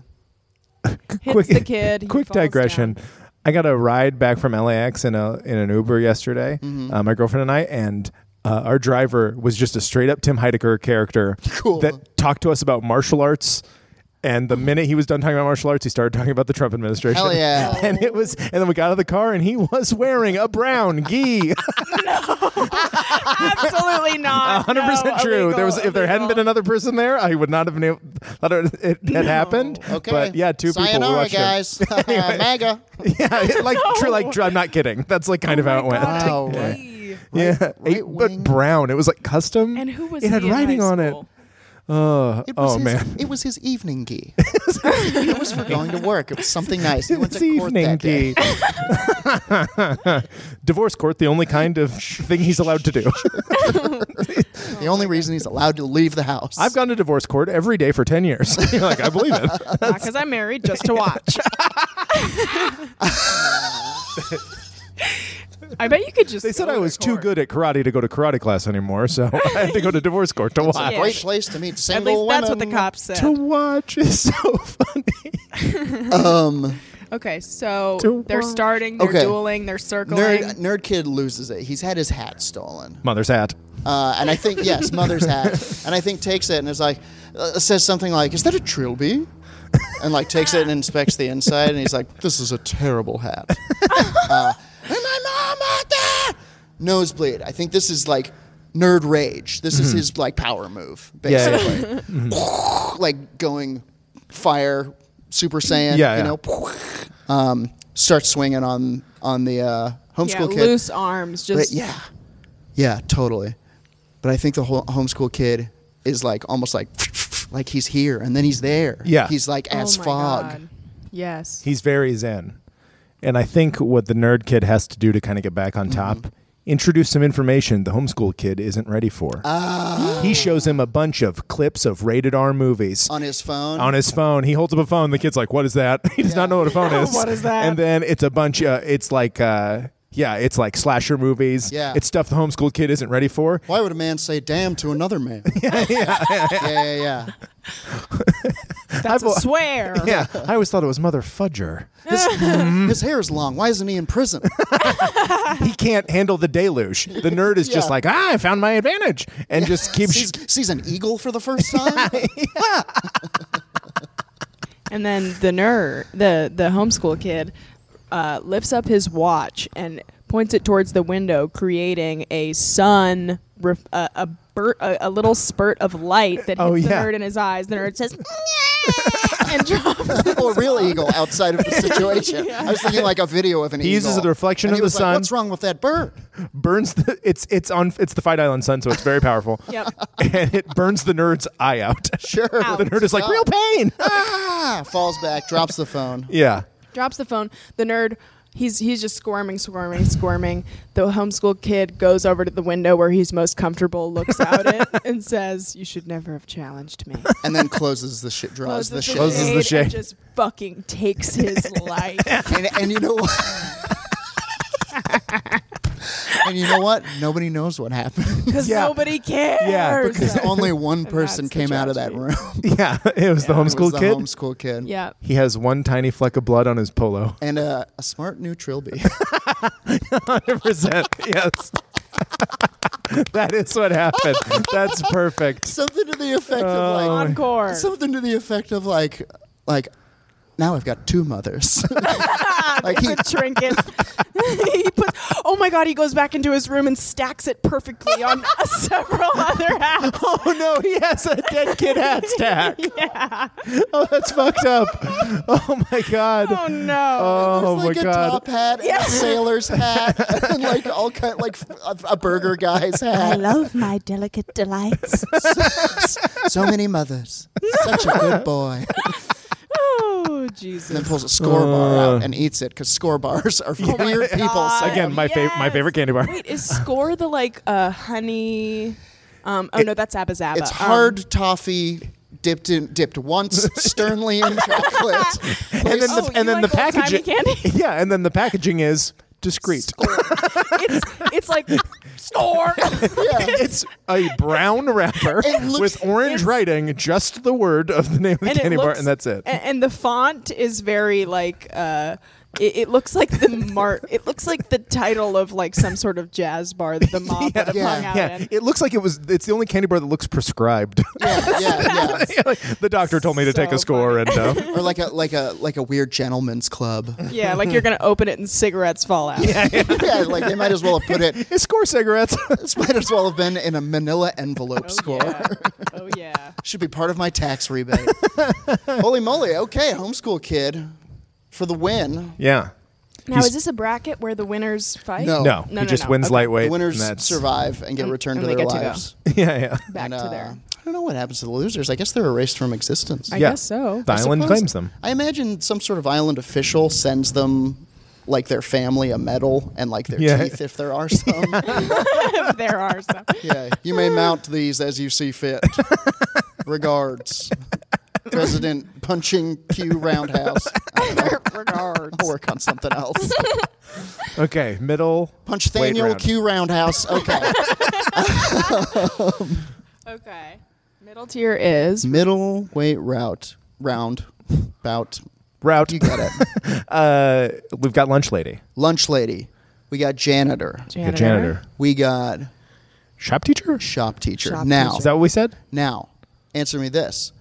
Hits the kid. he quick falls digression. down. I got a ride back from LAX in a in an Uber yesterday. Mm-hmm. Uh, my girlfriend and I, and uh, our driver was just a straight up Tim Heidecker character Cool. that talked to us about martial arts. And the minute he was done talking about martial arts, he started talking about the Trump administration. Hell yeah. and it was, and then we got out of the car, and he was wearing a brown gi. Absolutely not. hundred percent No, true. there was if there hadn't been illegal. another person there, I would not have been able, thought it it had happened. Okay. but yeah, two people Sayonara, watched him. guys. MAGA. Yeah, it, like tr- like tr- I'm not kidding. That's like kind of how it went. Oh God, Wow, the right. key. yeah, Eight- wing. but brown. It was like custom. And who was It had he in writing high on it. school? Oh, It was oh his, man. It was his evening gi. it was for going to work. It was something nice. He went It's to court evening that day. key. Divorce court, the only kind of thing he's allowed to do. The only reason he's allowed to leave the house. I've gone to divorce court every day for 10 years. You're like, I believe it. Not because I'm married, just to watch. I bet you could just. They said go I to was too court. good at karate to go to karate class anymore, so I had to go to divorce court to watch. a Yeah. great place to meet At single least that's what the women. cops said. To watch is so funny. Um, Okay, so To they're watch. starting, they're Okay. dueling, they're circling. nerd, nerd kid loses it. He's had his hat stolen. Mother's hat. Uh, and I think yes, mother's hat. And I think takes it and is like uh, says something like, "Is that a trilby?" And like takes it and inspects the inside, and he's like, "This is a terrible hat." uh, and my mom out there nosebleed. I think this is like nerd rage. This is his like power move, Mm-hmm. Yeah, Mm-hmm. yeah. basically, like going fire, Super Saiyan. Yeah, yeah. you know, um, starts swinging on on the uh, yeah, homeschool kid. loose arms, But just yeah, yeah, totally. But I think the whole homeschool kid is like almost like like he's here and then he's there. Yeah. he's like Oh as my fog. God. Yes. He's very zen. And I think what the nerd kid has to do to kind of get back on top, introduce some information the homeschool kid isn't ready for. He shows him a bunch of clips of rated R movies. on his phone. on his phone, he holds up a phone. The kid's like, "What is that?" He does not know what a phone is. What is that? And then it's a bunch. Uh, it's like uh, yeah, it's like slasher movies. Yeah. It's stuff the homeschool kid isn't ready for. Why would a man say damn to another man? yeah, yeah, yeah, yeah. That's a swear. Yeah. I always thought it was Mother Fudger. His, Mm. his hair is long. Why isn't he in prison? He can't handle the deluge. The nerd is just Yeah. like, ah, I found my advantage. And just keeps. sees, sees an eagle for the first time. And then the nerd, the the homeschool kid, uh, lifts up his watch and points it towards the window, creating a sun, ref- uh, a, bur- a a little spurt of light that hits Oh, the yeah. nerd in his eyes. The nerd says, "Nyeh," and drops. Oh, a real eagle outside of the situation. Yeah. I was thinking like a video of an He eagle. uses the reflection And of he the was like, sun. What's wrong with that bird? burns the it's it's on it's the Fight Island Sun, so it's very powerful. Yep. And it burns the nerd's eye out. Sure. Ow. The nerd is like, real pain. Ah, falls back, drops the phone. yeah. drops the phone. The nerd, he's he's just squirming, squirming, squirming. The homeschool kid goes over to the window where he's most comfortable, looks out it, and says, "You should never have challenged me." And then closes the shit, draws the shit. Closes the shade. and just fucking takes his life. And, and you know what? and you know what? Nobody knows what happened. Because Yeah. nobody cares. Yeah, because Only one person that's the came out of that tragedy. room. Yeah. It was the It was homeschool the kid. homeschool kid. yeah. he has one tiny fleck of blood on his polo. And a, a smart new trilby. 100%. yes. that is what happened. That's perfect. something to the effect of Oh. like Encore. something to the effect of like like now I've got two mothers. like he, It's a trinket. he puts, oh my god, he goes back into his room and stacks it perfectly on several other hats. Oh no, he has a dead kid hat stack. yeah. Oh, that's fucked up. Oh my god. Oh no. Oh there's like my a god. top hat, and a sailor's hat, and like all kind like a, a burger guy's I hat. love my delicate delights. so many mothers. Such a good boy. Oh, And then Jesus. pulls a score bar out and eats it because score bars are for weird people. God. Again, my favorite my Yes. favorite candy bar. Wait, is score the like uh, honey? Um, oh no, that's Abba Zaba. It's Um, hard toffee dipped in dipped once sternly in chocolate. and then Oh, the, and you then like the old-timey packaging candy? yeah and then the packaging is discreet Um, it's it's like score. Oh, yeah. it's a brown wrapper It looks- with orange it's- writing just the word of the name of the candy bar looks- and that's it a- And, the font is very like uh, it, it looks like the mart. it looks like the title of like some sort of jazz bar that the mob would have Yeah. hung out yeah in. it looks like it was it's the only candy bar that looks prescribed yeah, yeah, yeah. Yeah, like, the doctor told me to take So a score and uh, or like a like a like a weird gentleman's club. Yeah, like you're gonna open it and cigarettes fall out. yeah, like they might as well have put it. it's score cigarettes This might as well have been in a Manila envelope score. Yeah. Oh yeah. Should be part of my tax rebate. Holy moly! Okay, homeschool kid for the win. yeah Now He's- is this a bracket where the winners fight? No. no, No, he no, just no. wins Okay. lightweight the winners and that's survive and get returned and to they their get to go. lives. yeah yeah Back And, to uh, there. I don't know what happens to the losers. I guess they're erased from existence. I yeah. guess so. the island Suppose- claims them I imagine some sort of island official sends them like their family a medal and like their Yeah. teeth if there are some. if there are some. Yeah, you may mount these as you see fit. Regards, President Punching Q Roundhouse. Regards. I'll work on something else. okay middle Punch weight Thaniel round. Q Roundhouse. Okay. Okay. Middle tier is Middle weight route round bout. route You got it. uh, we've got lunch lady Lunch lady. We got janitor. janitor. the janitor We got shop teacher shop teacher. Shop now, teacher. Is that what we said? now, answer me this.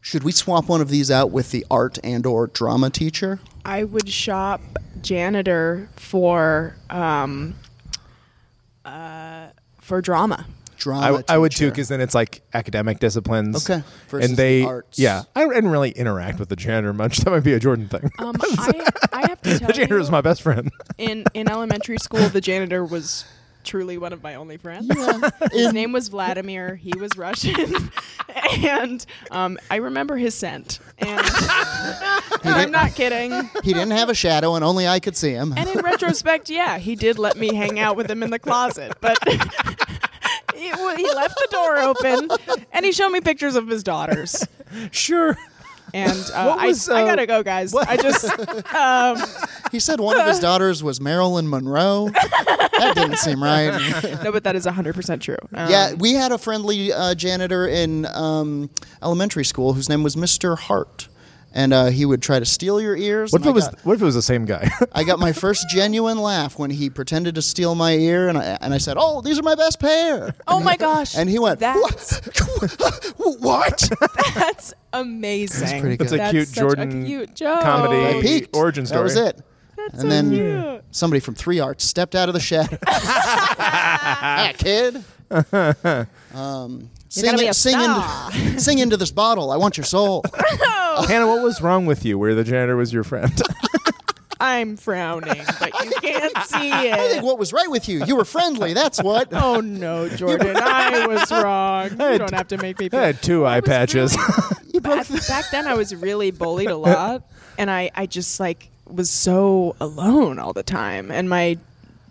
Should we swap one of these out with the art and or drama teacher? I would shop janitor for um, uh, for drama. Drama. I, I would too, teacher. because then it's like academic disciplines. Okay. Versus and they, the arts. yeah, I didn't really interact with the janitor much. That might be a Jordan thing. Um, I, I have to tell the janitor you, is my best friend. in in elementary school, the janitor was truly one of my only friends. His name was Vladimir. He was Russian, and um, I remember his scent. And I'm not kidding. He didn't have a shadow, and only I could see him. And in retrospect, yeah, he did let me hang out with him in the closet, but he, well, he left the door open and he showed me pictures of his daughters. Sure. And uh, What was, I, I uh, gotta go, guys. I just um, He said one of his daughters was Marilyn Monroe. That didn't seem right. no, but that is 100% true. Um, Yeah, we had a friendly uh, janitor in um, elementary school whose name was Mr. Hart, and uh, he would try to steal your ears. What if and it I was? got- What if it was the same guy? I got my first genuine laugh when he pretended to steal my ear, and I, and I said, "Oh, these are my best pair." Oh my gosh. And he went, That's, what? that's amazing. That's pretty good. It's a cute such Jordan a cute joke. comedy. I peaked. Origin That was story. it. and then somebody from Three Arts stepped out of the shadow. ah, kid. Um, sing, gonna be a sing, into, sing into this bottle. I want your soul. Hannah, what was wrong with you? Where the janitor was your friend? I'm frowning, but you can't see I think it. what was right with you? You were friendly. That's what. Oh no, Jordan, I was wrong. You don't have to make me feel. I had two eye was patches. back, back then I was really bullied a lot and I, I just like was so alone all the time and my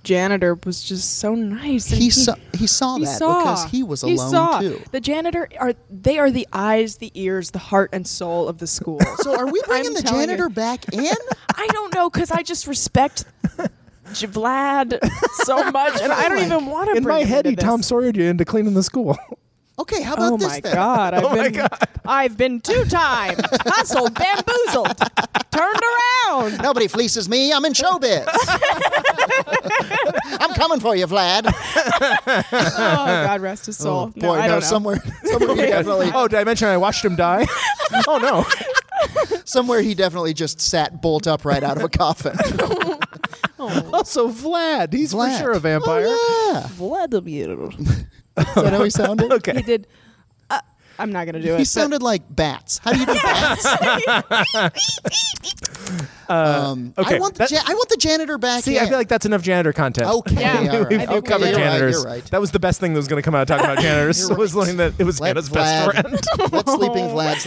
janitor was just so nice and He saw. He saw he that saw. because he was alone saw. too. The janitor are they are the eyes, the ears, the heart and soul of the school. So are we bringing I'm the telling you. janitor back in? I don't know because I just respect J- Vlad so much, and I don't even want to. In my head, he Tom Sawyered you into cleaning the school. Okay, how about Oh this my then? god! I've Oh my been I've been two time hustled, bamboozled, turned around. Nobody fleeces me. I'm in showbiz. I'm coming for you, Vlad. Oh God, rest his soul. Oh, boy, no, I no, don't know. somewhere, somewhere he definitely, oh, did I mention I watched him die? oh no. somewhere he definitely just sat bolt upright out of a coffin. Also, Vlad. He's Vlad. for sure a vampire. Oh, Vladimir. yeah. Is that how he sounded? He Okay. did. Uh, I'm not gonna do it. He but- sounded like bats. How do you do bats? um, I Uh, okay, want the that- ja- I want the janitor back. See, in. I feel like that's enough janitor content. okay, Yeah. all right. We've, I we've think covered you're right, janitors. You're right. That was the best thing that was going to come out talking about janitors. You're was right. learning that it was Let Hannah's best Vlad- friend. Let sleeping Vlad's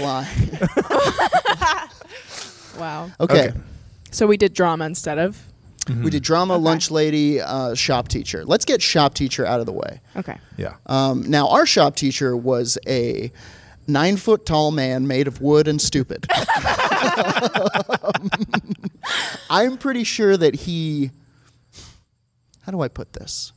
lie. wow. Okay, Okay. So we did drama instead of. we did drama, lunch lady, uh, shop teacher. Let's get shop teacher out of the way. Okay. Yeah. Um, now, our shop teacher was a nine foot tall man made of wood and stupid. I'm pretty sure that he. How do I put this?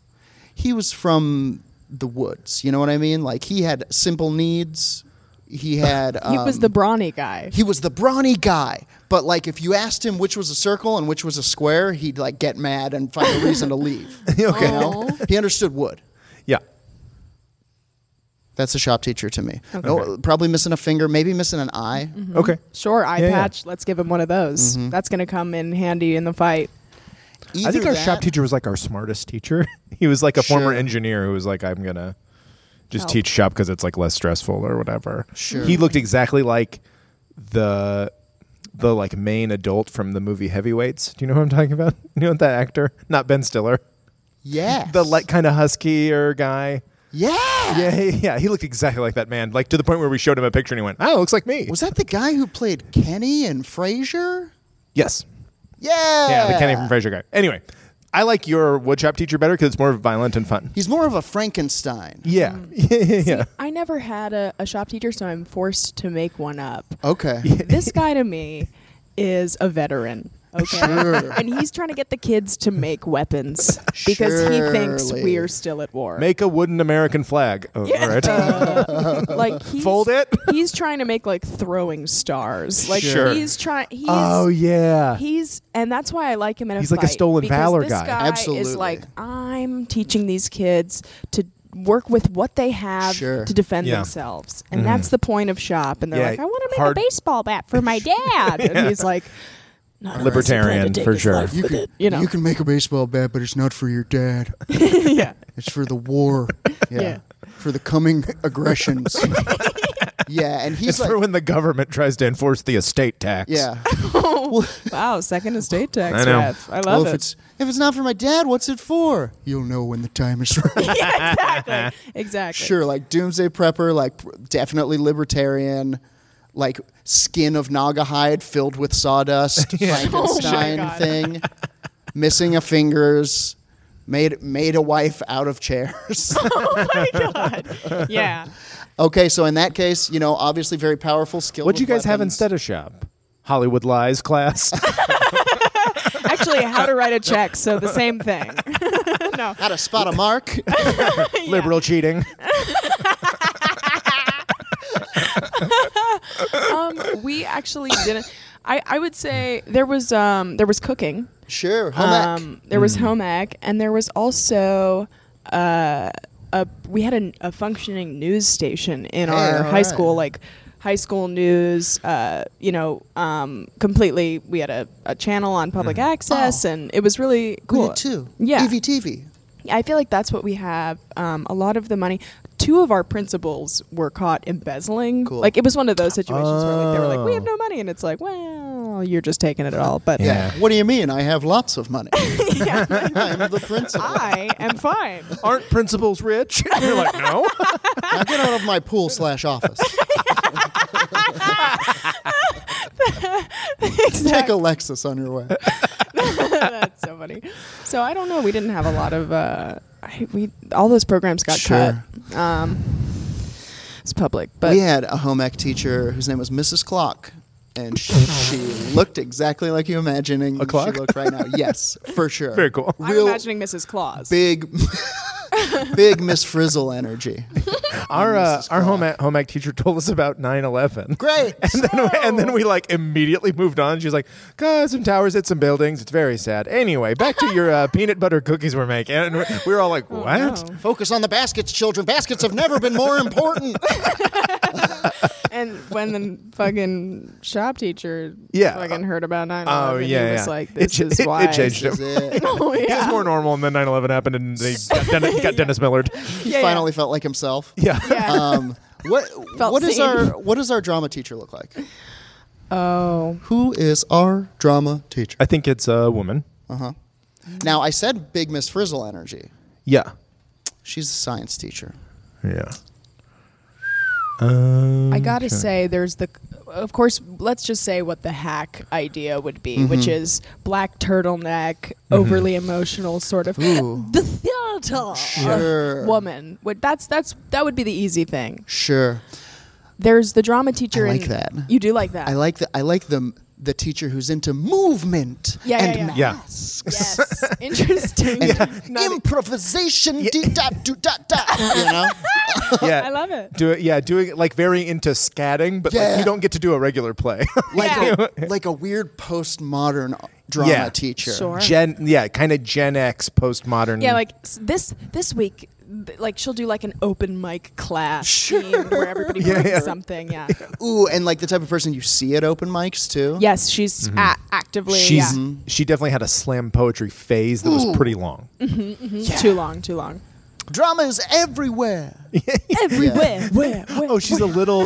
He was from the woods. You know what I mean? Like, he had simple needs. He had. Um, He was the brawny guy. he was the brawny guy, but like if you asked him which was a circle and which was a square, he'd like get mad and find a reason to leave. Okay. Oh. You know? He understood wood. Yeah. That's a shop teacher to me. No, probably missing a finger, maybe missing an eye. Okay. Sure, eye Yeah, yeah. patch. Let's give him one of those. That's gonna come in handy in the fight. I think Either our that- shop teacher was like our smartest teacher. he was like a former Sure. engineer who was like, I'm going to just Help. teach shop because it's like less stressful or whatever. Sure. He looked exactly like the the like main adult from the movie Heavyweights. Do you know who I'm talking about? You know that actor? Not Ben Stiller. Yes. The like kind of huskier guy. Yeah. Yeah, he- yeah, he looked exactly like that man. Like to the point where we showed him a picture and he went, "Oh, it looks like me." Was that the guy who played Kenny and Frasier? yes. Yeah. Yeah, the Kenny from Fraser guy. Anyway, I like your woodshop teacher better because it's more violent and fun. He's more of a Frankenstein. Yeah, yeah, Mm. yeah, yeah. I never had a, a shop teacher, so I'm forced to make one up. Okay. this guy to me is a veteran. Okay. Sure. And he's trying to get the kids to make weapons because he thinks Surely. we're still at war. Make a wooden American flag. Oh, All right. Uh, like he's, Fold it? He's trying to make like throwing stars. Like Sure. he's trying. He's, oh yeah. He's and that's why I like him in a He's like a fight, stolen because valor this guy. guy. Absolutely. is like I'm teaching these kids to work with what they have Sure. to defend Yeah. Mm-hmm. themselves, and that's the point of shop. And they're Yeah, like, I want to make hard- a baseball bat for my dad, and he's like, "Not unless you plan to Libertarian, take for his sure. life You with it," you know, can make a baseball bat, but it's not for your dad. yeah. It's for the war. Yeah. Yeah. For the coming aggressions. yeah, and he's It's like for when the government tries to enforce the estate tax. Yeah. Oh, Wow, second estate tax I know. ref. I love well, if it. it's if it's not for my dad, what's it for? You'll know when the time is right. exactly, exactly. Sure, like doomsday prepper, like pr- definitely libertarian, like skin of naga hide filled with sawdust, Frankenstein Oh my God. thing, missing a fingers, made made a wife out of chairs. Yeah. okay, so in that case, you know, obviously very powerful skill. What'd you guys have instead of shop? Hollywood lies class. Actually, how to write a check. So the same thing. no. How to spot a mark? Liberal cheating. Um, we actually didn't. I, I would say there was um, there was cooking. sure. Home ec. Um, there was home ec, and there was also uh, a we had a, a functioning news station in Hey, our all high right. school, like high school news. Uh, you know, um, completely. We had a, a channel on public access, and it was really Oh. We E cool did too. Yeah, EVTV. I feel like that's what we have. Um, a lot of the money. Two of our principals were caught embezzling. Cool. Like it was one of those situations where like they were like, "We have Oh. no money," and it's like, "Well, you're just taking it all." But Yeah. What do you mean? I have lots of money. Yeah. I'm the principal. I am fine. Aren't principals rich? You're like, no. Now get out of my pool slash office. Take exactly. a Lexus on your way. That's so funny. So I don't know. We didn't have a lot of. Uh, I, we all those programs got Sure. cut. Um, it's public, but we had a home ec teacher whose name was Mrs. Clock, and she, she looked exactly like you imagining A clock? she looked right now. Yes, for sure. Very cool. I'm Real imagining Mrs. Claus. big, big Miss Frizzle energy. Our uh, Mrs. our home Clark. ec, home ec teacher told us about 9-11. Great. And then, we, and then we like immediately moved on. She's like, "God, some towers hit some buildings. It's very sad." Anyway, back to your uh, peanut butter cookies we're making, and we we were all like, "What?" Oh, no. Focus on the baskets, children. Baskets have never been more important. And when the fucking shop teacher Yeah. fucking heard about 9 Oh yeah, he yeah. was like, it, this cha- is it- why. it changed him. That's it. oh, He was yeah. more normal, and then 9-11 happened, and they got, Den- got Dennis Millard. He Yeah, yeah. finally felt like himself. Yeah. Yeah. Um, what Felt what does seen. our what does our drama teacher look like? oh. Who is our drama teacher? I think it's a woman. Now I said Big Miss Frizzle energy. Yeah, She's a science teacher. yeah. Um, I gotta say, there's the, of course, let's just say what the hack idea would be, which Mm-hmm. is black turtleneck, overly emotional sort of the theater Sure. woman. Would that's that's that would be the easy thing. Sure. There's the drama teacher. I like in- that. You do like that. I like the I like the the teacher who's into movement Yeah, and yeah, yeah. masks Yes. Interesting. and improvisation. Dee da do da da. You know. yeah. I love it. Do it, yeah, doing like varying into scatting, but Yeah. like you don't get to do a regular play. Yeah. like a, like a weird postmodern drama Yeah. teacher. Sure. Gen, yeah, kind of Gen X postmodern. Yeah, like s- this this week, th- like she'll do like an open mic class themed where everybody Yeah, brings yeah. something. Yeah. Ooh, and like the type of person you see at open mics too. Yes, she's Mm-hmm. a- actively. she's yeah. she definitely had a slam poetry phase that was pretty long. Mm-hmm. too long, too long. Drama is everywhere. Everywhere, where, where? Oh, she's a little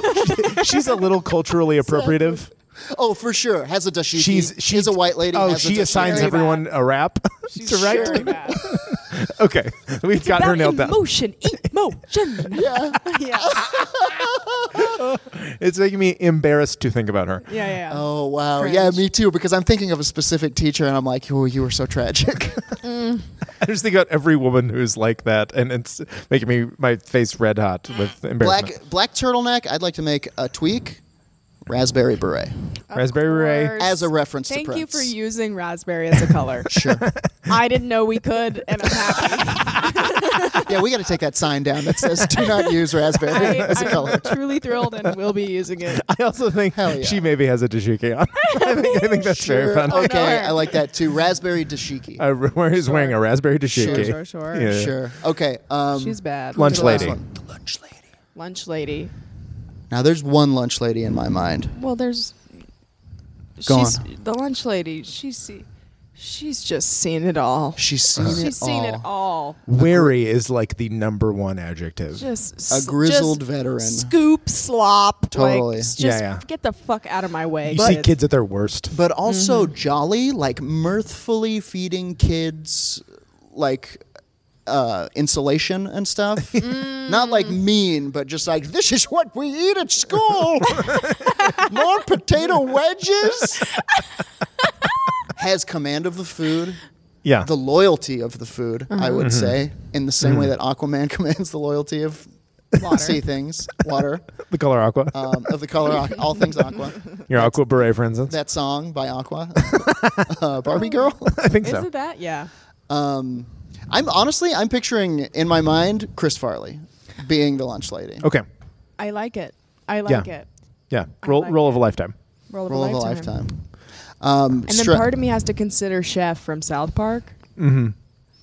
she's a little culturally appropriative. Oh, for sure. Has a dashiki. She's she's Is a white lady. Oh, has a she dashiki. assigns Very everyone a rap to write. Very bad. Okay, we've got her About nailed down. emotion, emotion. Yeah, yeah, It's making me embarrassed to think about her. yeah, yeah. Oh wow. Cringe. Yeah, me too. Because I'm thinking of a specific teacher, and I'm like, oh, you were so tragic. I just think about every woman who's like that, and it's making me my face red hot with black embarrassment. black turtleneck. I'd like to make a tweak. Raspberry beret. Raspberry Ray. Course. As a reference to Thank you Prince. for using raspberry as a color. Sure. I didn't know we could, and I'm happy. yeah, we got to take that sign down that says "Do not use raspberry I, as a color." I'm truly thrilled, and will be using it. I also think Hell yeah. she maybe has a dashiki on. I, think, I think that's very Sure. Oh, funny. Okay, no. I like that too. Raspberry dashiki. Uh, where he's wearing a raspberry dashiki. Sure, sure, sure. Yeah. Sure. Okay. Um, She's bad. Lunch Good last lady. one. lunch lady. Lunch lady. Now there's one lunch lady in my mind. Well, there's. Go she's the lunch lady. She's se- she's just seen it all. She's seen it She's all. seen it all. Wary is like the number one adjective. Just A s- grizzled just veteran. Scoop slop. Totally. Like, just Yeah, yeah. get the fuck out of my way. you But- see kids at their worst. But also Mm-hmm. jolly, like mirthfully feeding kids, like uh, insulation and stuff. Not like Mm. mean, but just like this is what we eat at school. More potato wedges. Has command of the food. Yeah. the loyalty of the food, I Mm-hmm. would Mm-hmm. say, in the same way that Aquaman commands the loyalty of sea things, water. the color aqua. um, of the color aqua, all things aqua. Your aqua beret, for instance. That song by Aqua, uh, Barbie Girl. I think Is so. it that? Yeah. Um, I'm honestly, I'm picturing in my mind Chris Farley being the lunch lady. Okay. I like it. I like Yeah. it. Yeah. I Roll like roll it. of a lifetime. Roll of, Role a, of a lifetime. lifetime. Um, And then stra- part of me has to consider Chef from South Park,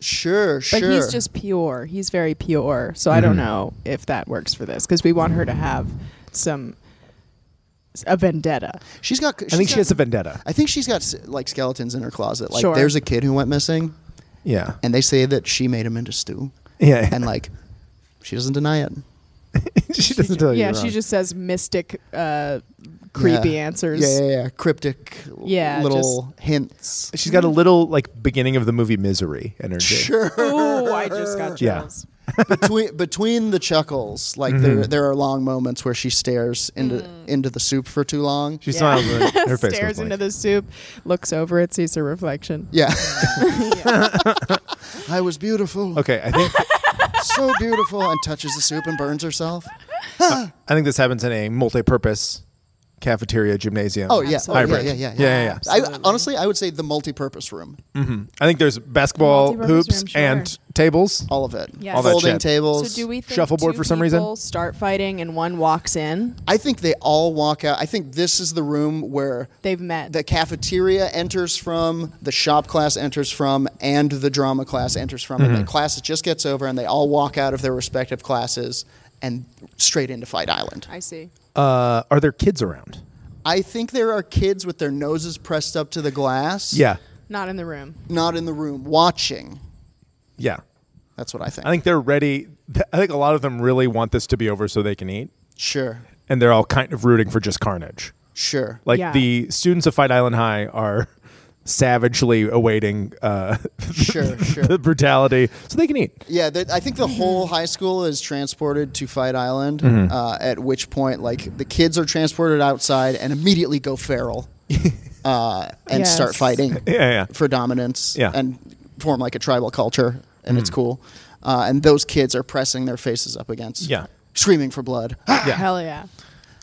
sure, sure. but he's just pure. He's very pure, so I don't know if that works for this because we want her to have some a vendetta. she's got. I think she got- has a vendetta. I think she's got s- like skeletons in her closet. Like Sure. there's a kid who went missing, Yeah. and they say that she made him into stew, yeah. and like she doesn't deny it. she doesn't tell you. yeah, you're she wrong. just says mystic, uh, creepy Yeah. answers. Yeah, yeah, yeah. Cryptic. l- Yeah, little hints. She's got a little like beginning of the movie Misery energy. Sure. Ooh, I just got Yeah. chills. between between the chuckles, like there there are long moments where she stares into Mm. into the soup for too long. She Yeah. smiles. and her face goes Stares blank. into the soup, looks over it, sees her reflection. Yeah. I was beautiful, Okay, I think so beautiful, and touches the soup and burns herself. I think this happens in a multi-purpose cafeteria gymnasium. Oh yeah, oh, yeah, yeah, hybrid. yeah, yeah, yeah, yeah. I, honestly, I would say the multi-purpose room, I think there's basketball Multi-purpose hoops room, sure. and tables. all of it, Yes. All that folding shit. tables. So do we think Shuffleboard two for some reason? people Start fighting and one walks in. I think they all walk out. I think this is the room where They've met. the cafeteria enters from, the shop class enters from, and the drama class enters from, Mm-hmm. and the class just gets over, and they all walk out of their respective classes and straight into Fight Island. I see. Uh, are there kids around? I think there are kids with their noses pressed up to the glass, Yeah, Not in the room. not in the room watching. yeah. That's what I think. I think they're ready. th- I think a lot of them really want this to be over so they can eat, sure, and they're all kind of rooting for just carnage. sure. Like Yeah. the students of Fight Island High are savagely awaiting uh, Sure, sure. the brutality so they can eat. Yeah, that I think the whole high school is transported to Fight Island. Mm-hmm. Uh, at which point, like the kids are transported outside and immediately go feral uh, and Yes. start fighting Yeah, yeah. for dominance Yeah. Mm-hmm. and form like a tribal culture, and it's cool. Uh, and those kids are pressing their faces up against, Yeah. screaming for blood. Ah! Yeah. Hell yeah.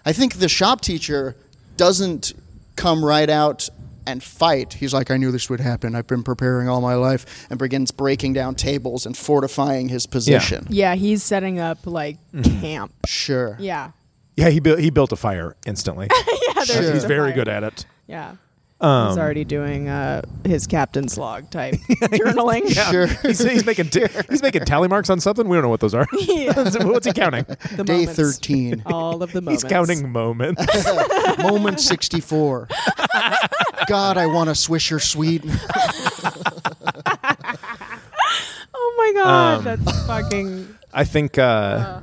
I think the shop teacher doesn't come right out and fight. He's like, I knew this would happen. I've been preparing all my life, and begins breaking down tables and fortifying his position. Yeah, he's setting up like camp. Sure. Yeah. Mm. Yeah, he built he built a fire instantly. Yeah, Sure. there's He's the very fire. good at it. Yeah. Um, he's already doing uh, his captain's log type journaling. Sure. he's, he's making t- he's making tally marks on something. We don't know what those are. Yeah. What's he counting? The Day moments. 13. All of the moments. He's counting moments. Moment 64. God, I want to swish her sweet. Oh my god, Um, that's fucking. I think uh,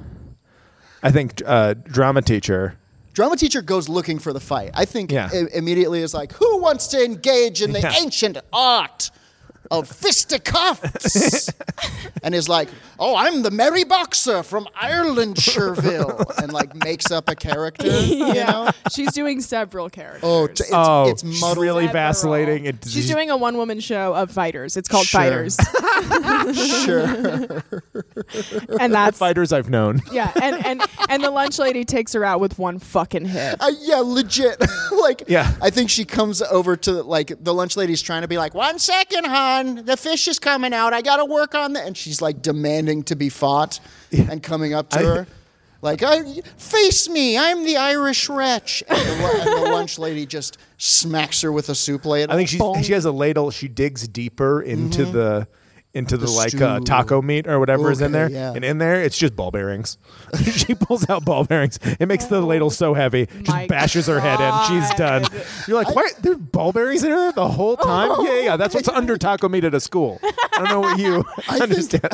I think uh, drama teacher. Drama teacher goes looking for the fight. I think Yeah. i- immediately is like, who wants to engage in the Yeah. ancient art of fisticuffs? and is like, oh, I'm the merry boxer from Ireland, Sherville. and like makes up a character. You know? She's doing several characters. Oh, t- it's, oh, it's she's muddled. really Several. vacillating. It- She's doing a one-woman show of fighters. It's called Sure. Fighters, Sure. and that's fighters I've known. yeah. And and and the lunch lady takes her out with one fucking hit. Uh, yeah, legit. like, Yeah. I think she comes over to like the lunch lady's trying to be like, one second, hon, the fish is coming out. I gotta work on that. And she's like demanding to be fought and coming up to I- her. Like, I, face me, I'm the Irish wretch. And the, lu- and the lunch lady just smacks her with a soup plate. I think she she has a ladle. She digs deeper into the into the, The like uh, stew. taco meat or whatever is in Okay, there, yeah. and in there it's just ball bearings. she pulls out ball bearings. It makes the ladle so heavy, just My bashes her head in. She's done. God. You're like, why there's ball bearings in there the whole time? Yeah, yeah, that's what's under taco meat at a school. I don't know what you understand.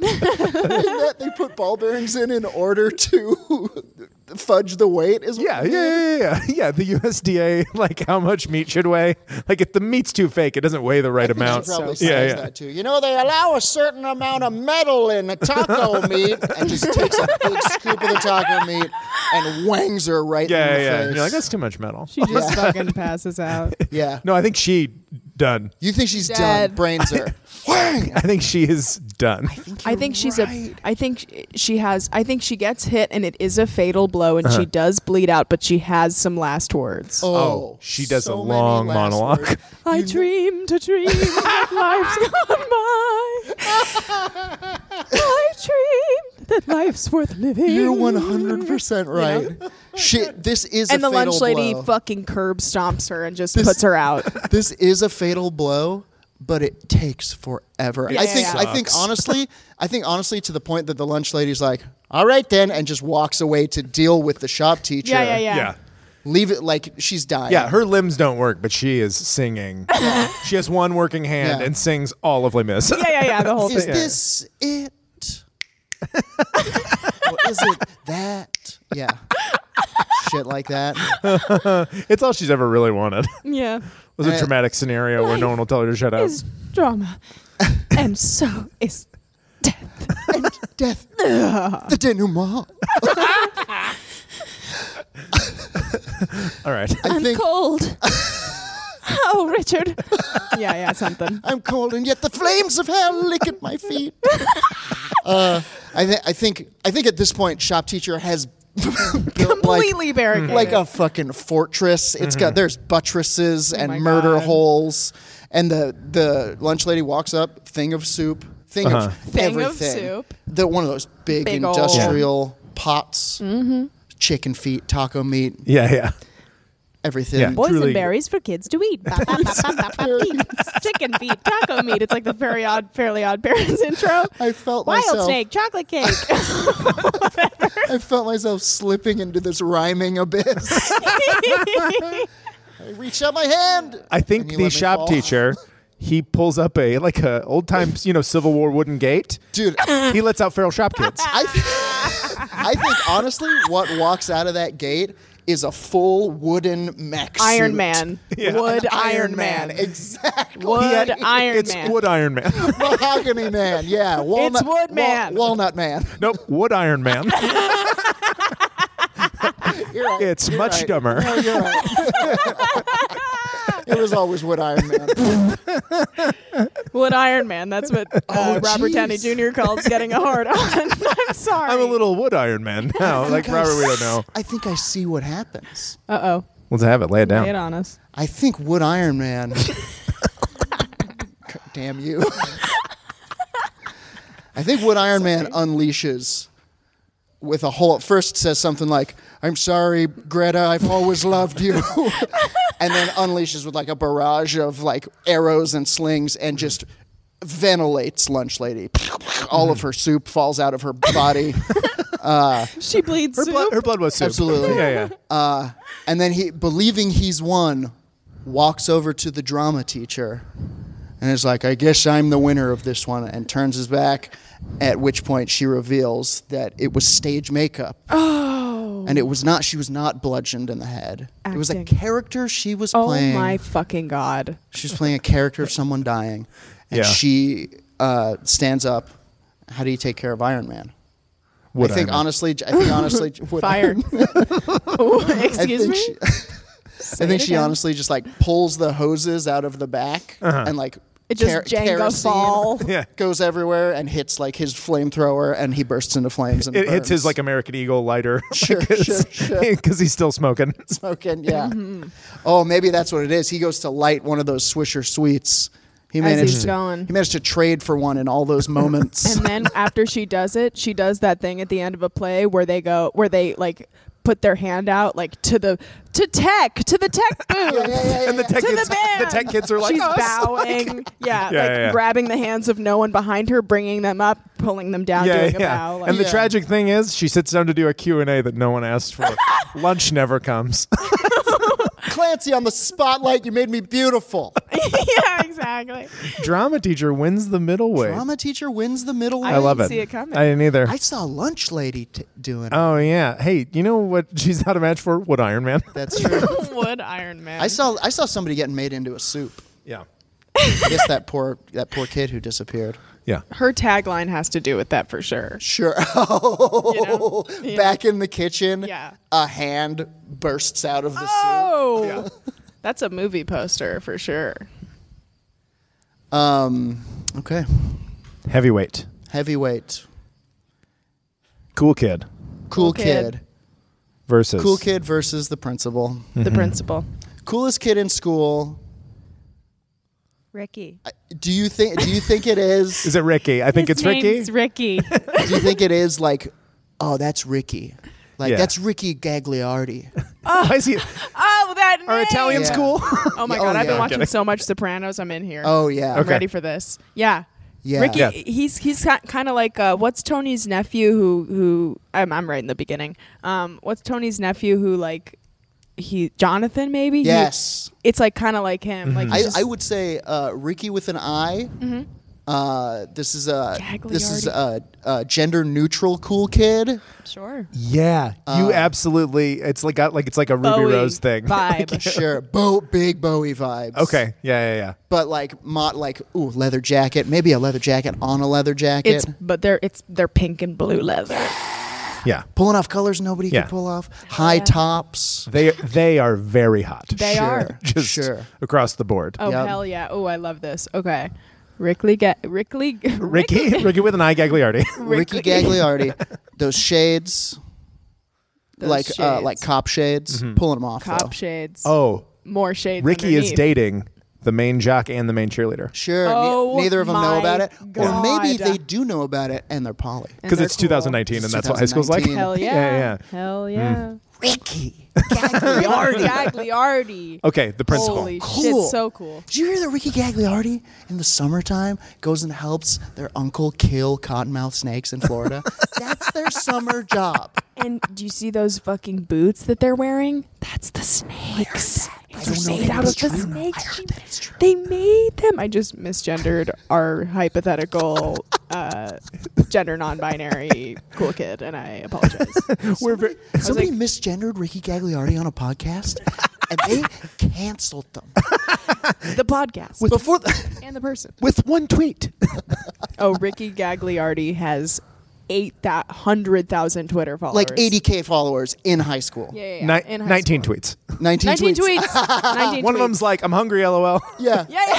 Isn't that they put ball bearings in in order to fudge the weight. Is what Yeah, they yeah, yeah, did? yeah, yeah. Yeah, The USDA, like how much meat should weigh? Like if the meat's too fake, it doesn't weigh the right I think she amount. Probably says yeah, yeah. that too. You know, they allow a certain amount of metal in a taco meat, and just takes a big scoop of the taco meat and whangs her right yeah, in the yeah. face. You're like, that's too much metal. She just fucking passes out. yeah. No, I think she done. You think she's Dead. done? Brains her. Whang! I think she is done. I think she's a. I think sh- she has. I think she gets hit, and it is a fatal blow, and she Uh-huh. does bleed out, but she has some last words. Oh, she does a so many long last monologue. words. I dreamed a dream that life's gone by. I dreamed that life's worth living. You're 100 percent right. She, this is and a the fatal lunch lady blow. fucking curb stomps her and just puts her out. this is a fatal blow, but it takes forever. I think. sucks. I think honestly. I think honestly to the point that the lunch lady's like, "All right then," and just walks away to deal with the shop teacher. Yeah, yeah, yeah. Yeah. Leave it like she's dying. Yeah, her limbs don't work, but she is singing. she has one working hand Yeah. and sings all of Les Mis. Yeah, yeah, yeah. The whole Is thing. this it? or is it that? Yeah. Shit like that. it's all she's ever really wanted. Yeah. It was a Uh, dramatic scenario where no one will tell her to shut up. Is drama, and so is death. And death. the denouement. All right. I I'm think cold. Oh, Richard. yeah, yeah, something. I'm cold, and yet the flames of hell lick at my feet. uh, I, th- I think I think at this point, shop teacher has built like, hmm, Completely barricaded. like a fucking fortress. It's got there's buttresses Oh my and murder God. holes, and the the lunch lady walks up, thing of soup, thing of Thing of everything. soup. The one of those big, Big Mm-hmm. ol'- industrial pots, chicken feet, taco meat, Yeah, yeah. everything. Yeah. Boys Truly- and berries for kids to eat. Bop, bop, bop, bop, bop, bop, eat. Chicken feet, taco meat. It's like the very odd, fairly odd parents intro. I felt Wild myself. snake, chocolate cake. I felt myself slipping into this rhyming abyss. I reached out my hand. I think And you the let me shop fall. teacher, he pulls up a like a old time, you know, Civil War wooden gate. Dude, He lets out feral shop kids. I, th- I think honestly, what walks out of that gate is a full wooden mech Iron suit. Man. Wood Iron Man. Exactly. Wood Iron it's Man. Wood Iron Man. Mahogany Man. Yeah. Walnut, Wood Wa- Man. walnut Man. nope, Wood Iron Man. You're right. It's much right. dumber. No, you're right. it was always Wood Iron Man. Wood Iron Man. That's what uh, Oh, Robert Downey Jr. calls getting a hard on. I'm sorry. I'm a little Wood Iron Man now. Like Robert, we don't know. I think I see what happens. Uh oh. Let's have it. Lay it Lay it on us. I think Wood Iron Man. God Damn you. I think Wood Iron Man unleashes with a whole. First says something like, I'm sorry, Greta, I've always loved you. and then unleashes with like a barrage of like arrows and slings and just ventilates Lunch Lady. All of her soup falls out of her body. She bleeds Her, soup. blood, her blood was soup. Absolutely. Yeah, yeah. And then he, believing he's won, walks over to the drama teacher and is like, I guess I'm the winner of this one, and turns his back. At which point she reveals that it was stage makeup. Oh. And it was not, she was not bludgeoned in the head. It was a Acting. character she was oh playing. my fucking god. She was playing a character of someone dying. And Yeah. she uh, stands up. How do you take care of Iron Man? Wood I think Iron Man. honestly, I think honestly, what- Fire. oh, excuse I think me. She, I think it she again. honestly just like pulls the hoses out of the back and like It just Jenga kerosene fall. Uh-huh. Yeah. goes everywhere and hits like his flamethrower and he bursts into flames and It hits his burns. like American Eagle lighter. Sure, sure, sure. Because he's still smoking. smoking yeah Mm-hmm. oh maybe that's what it is he goes to light one of those swisher sweets he managed he's to, going. he managed to trade for one in all those moments And then after she does it, she does that thing at the end of a play where they go, where they like put their hand out, like to the to tech, to the tech booth. And the tech To the kids, band. tech kids are like, "Oh, She's "Us." bowing, yeah, Yeah, yeah, like yeah. grabbing the hands of no one behind her, bringing them up, pulling them down, doing a bow. Like, and the Yeah. tragic thing is, she sits down to do a Q&A that no one asked for. Lunch never comes. Clancy on the spotlight you made me beautiful yeah, exactly. Drama teacher wins the middle way. drama teacher wins the middle I I round. love didn't it. see it coming. I didn't either. I saw lunch lady t- doing it. oh yeah. Hey, you know what? She's not a match for Wood Iron Man. that's true Wood Iron Man. I saw I saw somebody getting made into a soup. Yeah. I guess that poor that poor kid who disappeared. Yeah. her tagline has to do with that for sure. Sure. Oh, Yeah. back in the kitchen. Yeah. A hand bursts out of the Oh, that's a movie poster for sure. Um, okay. Heavyweight. Heavyweight. Cool Kid Cool, Cool kid. Kid. versus. Cool kid versus the principal. Mm-hmm. The principal. Coolest kid in school. Ricky. I- Do you think? Do you think it is? Is it Ricky? I think His it's Ricky. name's Ricky. do you think it is like? Oh, that's Ricky. Like Yeah. that's Ricky Gagliardi. I see. Oh, that Our Italian Yeah. school. Oh my Oh, god, I've yeah. been watching so much Sopranos. I'm in here. Oh yeah. I'm Okay. ready for this. Yeah. Yeah. Ricky, Yeah. he's he's kind of like uh, what's Tony's nephew who who I'm, I'm right in the beginning. Um, what's Tony's nephew who like he Jonathan maybe? He- Yes. it's like kind of like him. Like I, he's just- I would say uh, Ricky with an I. Mm-hmm. Uh, this is a this is a, a gender neutral cool kid. sure yeah, Uh. you absolutely. It's like got like it's like a Ruby Bowie Rose thing. vibe. Sure, Bo- big Bowie vibes. okay. Yeah, yeah, yeah. but like mot like ooh leather jacket, maybe a leather jacket on a leather jacket. It's but they're it's they're pink and blue leather. Yeah. pulling off colors nobody Yeah. could pull off. High tops. They they are very hot. They sure, are. Just sure. across the board. Oh Yep. hell yeah! Oh I love this. Okay, Rickley get Rickley Ricky, Ricky with an eye, Gagliardi. Ricky Gagliardi, those shades, Those like Uh, shades. Mm-hmm. like cop shades, pulling them off. cop though. shades. oh, more shades. Ricky is underneath. dating the main jock and the main cheerleader Sure, ne- Oh neither of them know my about it, or maybe God. they do know about it and they're poly. And because they're it's cool. 2019 and It's that's what high school's like. 2019. Hell yeah! Yeah, Mm. Hell yeah! Ricky, Gagliardi. Okay, the principal. Holy Cool. shit, so cool. did you hear that Ricky Gagliardi in the summertime goes and helps their uncle kill cottonmouth snakes in Florida? That's their summer job. And do you see those fucking boots that they're wearing? That's the snakes. It's made out of the snakes. They made them. I just misgendered our hypothetical uh, gender non-binary cool kid, and I apologize. We're very, Somebody misgendered Ricky Gagliardi on a podcast, and they canceled them The podcast before. and the person. with one tweet. Oh, Ricky Gagliardi has eight that hundred thousand Twitter followers. like 80k followers in high school. Yeah, yeah, yeah. Ni- In high 19 school. tweets. 19, Nineteen tweets. tweets. 19 One of tweets. them's like, I'm hungry, lol. Yeah. Yeah, yeah.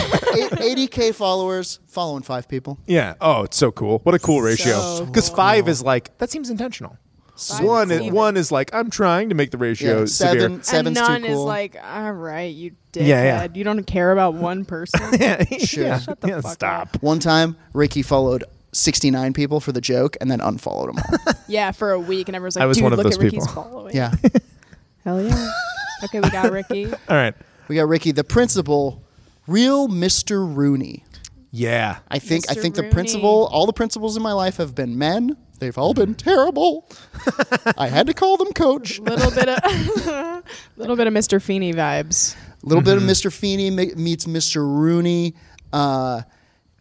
Eight- 80k followers following five people. Yeah. Oh, it's so cool. What a cool ratio. So Because five is like, that seems intentional. One is, even. one is like, I'm trying to make the ratio Yeah, severe. seven, seven's and none too cool. is like, all right, you dickhead. Yeah, yeah. You don't care about one person. Yeah, Sure. yeah, Shut the yeah, fuck stop. One time, Ricky followed 69 people for the joke, and then unfollowed them all. yeah, for a week, and everyone's like, I was dude, one of look those at Ricky's people. following. yeah. Hell yeah. okay, we got Ricky. All right. We got Ricky, the principal, real Mr. Rooney. Yeah. I think I Mr. think the Rooney. principal, all the principals in my life have been men. They've all been terrible. I had to call them coach. Little bit of little bit of Mr. Feeney vibes. A little bit of Mr. Feeney mi- meets Mr. Rooney. Uh,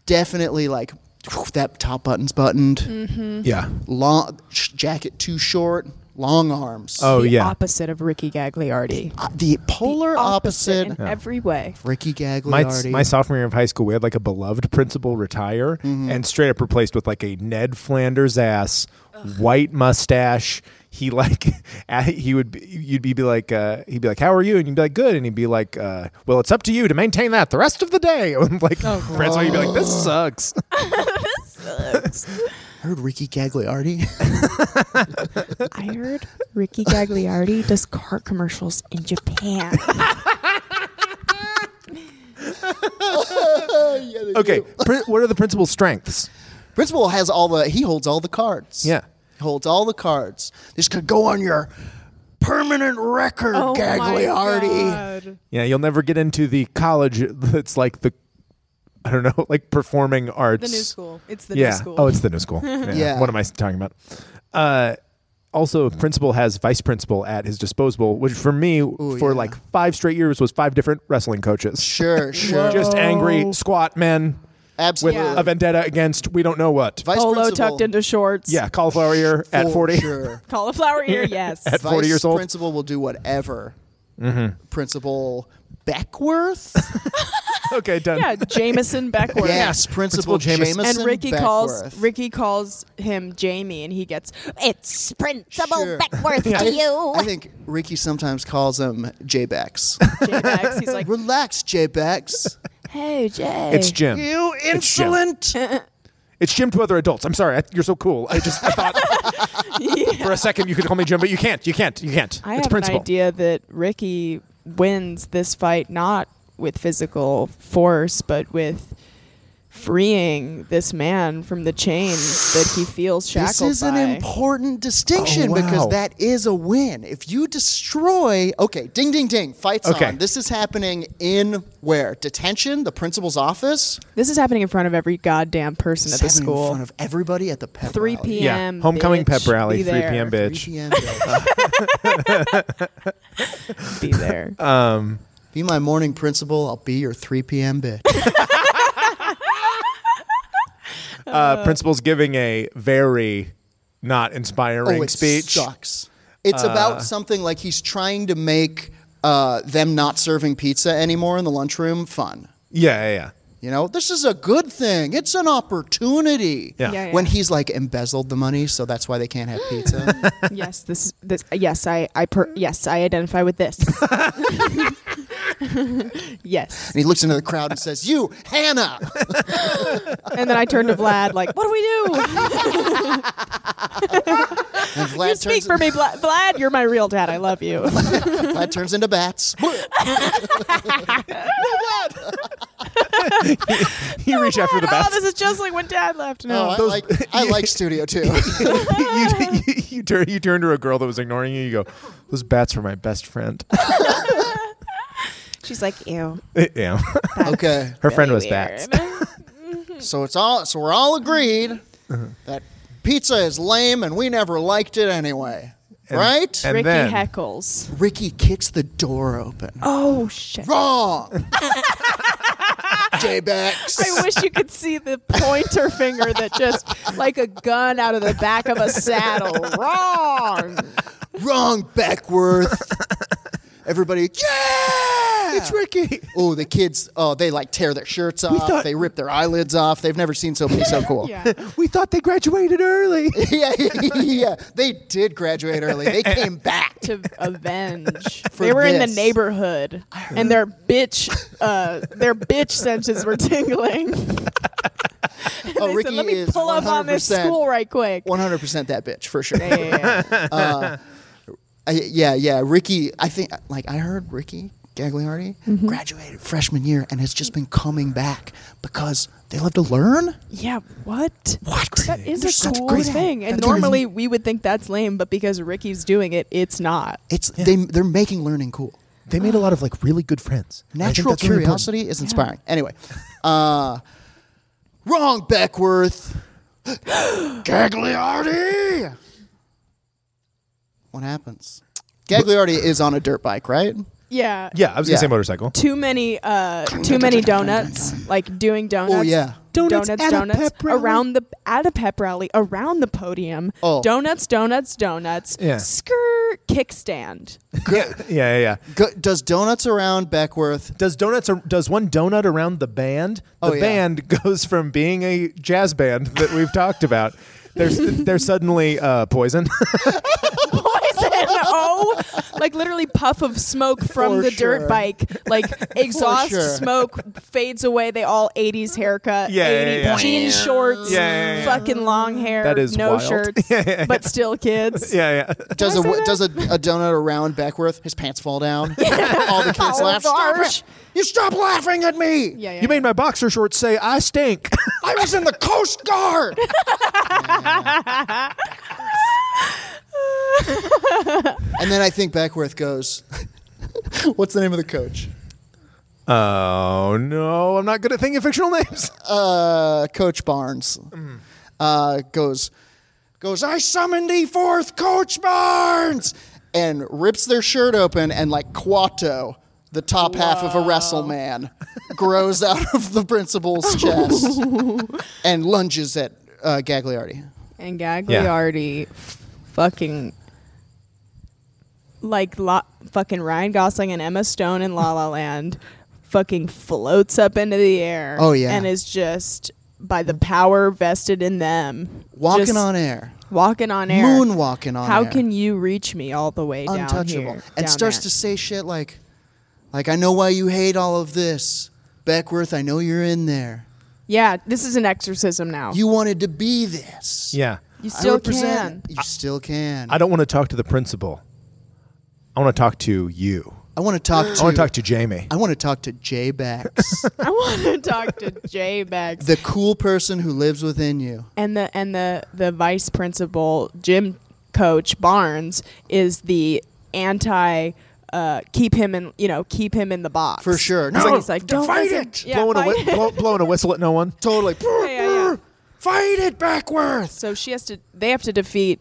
definitely like whew, that top button's buttoned. Yeah. Long sh- jacket too short. Long arms. Oh, the yeah. Opposite of Ricky Gagliardi. Uh, the polar opposite. in every way. Ricky My, Gagliardi. my sophomore year of high school, we had like a beloved principal retire Mm-hmm. and straight up replaced with like a Ned Flanders ass, white mustache. He like he would be, you'd be, be like uh, he'd be like how are you and you'd be like good and he'd be like uh, well it's up to you to maintain that the rest of the day and like Oh, Francois you'd be like this sucks I heard Ricky Gagliardi. I heard Ricky Gagliardi does car commercials in Japan. okay pri- what are the principal's strengths Principal has all the. He holds all the cards. Yeah. He holds all the cards. This could go on your permanent record, Oh Gagliardi. yeah you'll never get into the college that's like the I don't know like performing arts The new school. It's the yeah. new school. Oh, it's the new school. Yeah. Yeah. What am I talking about? Uh, also, principal has vice principal at his disposal, which for me, for yeah. like five straight years, was five different wrestling coaches. Sure, sure. Just angry squat men with Absolutely. a vendetta against we don't know what. Vice Polo principal- tucked into shorts. yeah, cauliflower ear at For 40. Sure. Cauliflower ear, yes. At 40 Vice years old. Mm-hmm. Principal will do whatever. Principal Beckworth. Okay, done. Yeah, Jameson Beckworth. yes, Principal Principal, Jameson. Jameson. And Ricky calls Beckworth. Ricky calls him Jamie, and he gets It's Principal Sure. Beckworth to you. I think Ricky sometimes calls him J Bex. J Max. He's like, Relax, J Bex. Hey, Jay. It's Jim. You It's Jim. insolent. It's Jim to other adults. I'm sorry. I, you're so cool. I just I thought for a second you could call me Jim, but you can't. You can't. You can't. I it's have principal. an idea that Ricky wins this fight not with physical force, but with freeing this man from the chains that he feels shackled This is by. an important distinction Oh, wow. because that is a win. If you destroy, okay, ding, ding, ding, fights Okay. on. This is happening in where detention, the principal's office. this is happening in front of every goddamn person It's at the happening school. in front of everybody at the pep 3 rally. p.m. Yeah. Homecoming bitch. pep rally. Be 3 there. p.m. 3 Bitch. p.m. Be there. be my morning principal. I'll be your 3 p.m. bitch. Uh, principal's giving a very not inspiring oh, it speech. Uh. Sucks. It's about something like he's trying to make uh, them not serving pizza anymore in the lunchroom fun. Yeah, yeah, yeah. You know, this is a good thing. It's an opportunity. Yeah. Yeah, yeah. When he's like embezzled the money, so that's why they can't have pizza. yes, this is this. Yes, I, I, per, yes, I identify with this. yes, and he looks into the crowd and says, "You, Hannah." and then I turn to Vlad like, "What do we do? And Vlad you turns speak for me, Vlad. Vlad. You're my real dad. I love you." Vlad turns into bats. You reach after the Oh. bats. Oh, this is just like when Dad left. No, No, I like I like Studio Two. you, you, you turn you turn to a girl that was ignoring you. You go, "Those bats were my best friend." she's like, "Ew." yeah, okay, her friend was bats. so it's all so we're all agreed Uh-huh. that pizza is lame, and we never liked it anyway, right? and Ricky then- heckles. Ricky kicks the door open. Oh shit! Wrong. J Bex. I wish you could see the pointer finger that just like a gun out of the back of a saddle. Wrong. Wrong, Beckworth. Everybody, yeah! It's Ricky. Oh, the kids, oh, they like tear their shirts off. thought- they rip their eyelids off. They've never seen somebody so cool. Yeah. We thought they graduated early. yeah, yeah. They did graduate early. They came back. to avenge. For they were in the this. neighborhood, and their bitch, uh, their bitch senses were tingling. Oh, They Ricky said, Let me is pull up on this 100% school right quick. 100% that bitch, for sure. Yeah, yeah, yeah. I, yeah, yeah. Ricky, I think, like, I heard Ricky Gagliardi graduated freshman year and has just been coming back because they love to learn. Yeah, what? What? That is They're a such cool great at it. thing. And That's normally we would think that's lame, but because Ricky's doing it, it's not. It's they they're making learning cool. They made a lot of like really good friends. And I think Natural that's really important. curiosity is inspiring. Anyway, uh, wrong Beckworth, Gagliardi. What happens? Gagliardi is on a dirt bike, right? Yeah. Yeah, I was Yeah. gonna say motorcycle. Too many, uh, too many donuts. Like doing donuts. yeah. Donuts, donuts, Oh, at a pep rally? around the at a pep rally around the podium. Oh. Donuts, donuts, donuts. Yeah. Skirt kickstand. Yeah, yeah, yeah. Go, does donuts around Beckworth? Does donuts? Does one donut around the band? The Oh, yeah. band goes from being a jazz band that we've talked about. They're, they're suddenly uh, poison. poison. Oh, like literally puff of smoke from For the sure. dirt bike. Like exhaust sure. smoke fades away. They all 80s haircut, Yeah, yeah, 80s yeah. jean shorts, Yeah, yeah, yeah. fucking long hair, That is no wild. shirts, but still kids. yeah, yeah. Does I a say that? does a, a donut around Beckworth? His pants fall down. All the kids Oh, laugh. Stop gosh. it. You stop laughing at me. Yeah, yeah, You made my boxer shorts say I stink. I was in the Coast Guard. and then I think Beckworth goes, "What's the name of the coach? Oh no, I'm not good at thinking fictional names. Uh, coach Barnes." Uh, goes, goes. I summoned thee forth, Coach Barnes, and rips their shirt open, and like Quato, the top half of a wrestle man, grows out of the principal's chest and lunges at uh, Gagliardi. And Gagliardi fucking like lo- fucking Ryan Gosling and Emma Stone in La La Land fucking floats up into the air. Oh, yeah. And is just by the power vested in them. Walking just on air. Walking on air. Moonwalking on How air. can you reach me all the way down untouchable here, and down starts there? to say shit like like i know why you hate all of this Beckworth, I know you're in there. Yeah, this is an exorcism now. You wanted to be this. Yeah. You I still represent- can. You still can. I don't want to talk to the principal. I want to talk to you. I want to talk to. I want to talk to Jamie. I want to talk to Jay Bax, I want to talk to Jay Bags the cool person who lives within you. and the and the the vice principal gym coach Barnes is the anti. Uh, keep him in, you know, keep him in the box For sure. He's No, like, he's like, don't fight listen. it. Yeah, blowing, fight a whi- blow, blowing a whistle at no one. Totally. Yeah, yeah, yeah. Fight it, Backworth. So she has to. They have to defeat.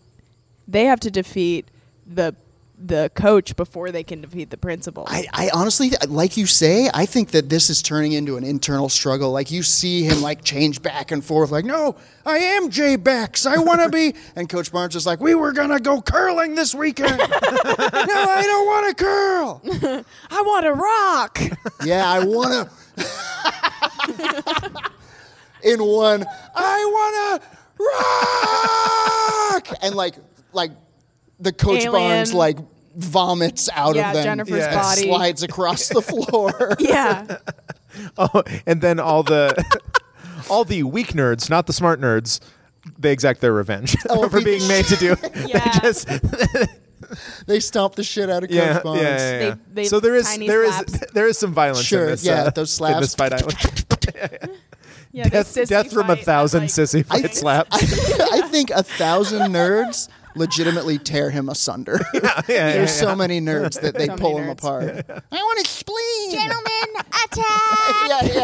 They have to defeat the the coach before they can defeat the principal. I, I honestly, like you say, I think that this is turning into an internal struggle. Like you see him like change back and forth, like, no, I am Jay Bex. I want to be. And Coach Barnes is like, we were going to go curling this weekend. no, I don't want to curl. I want to rock. Yeah, I want to. In one, I want to rock. And like, like the Coach Alien. Barnes like vomits out Yeah, of them. Jennifer's and body. slides across the floor. yeah. Oh, and then all the all the weak nerds, not the smart nerds, they exact their revenge Oh, for being made to do. Yeah. They just They stomp the shit out of Coach yeah, yeah, Barnes. yeah, yeah. They- they so there is tiny there is slaps. there is some violence. Sure, in this, yeah, uh, those in this slaps. fight island. yeah they death, sissy death from fight a and, thousand like- sissy I, fight slaps. I, I think a thousand nerds legitimately tear him asunder. yeah, There's so many nerds that they So many pull him nerds. apart. I want to spleen. Gentlemen,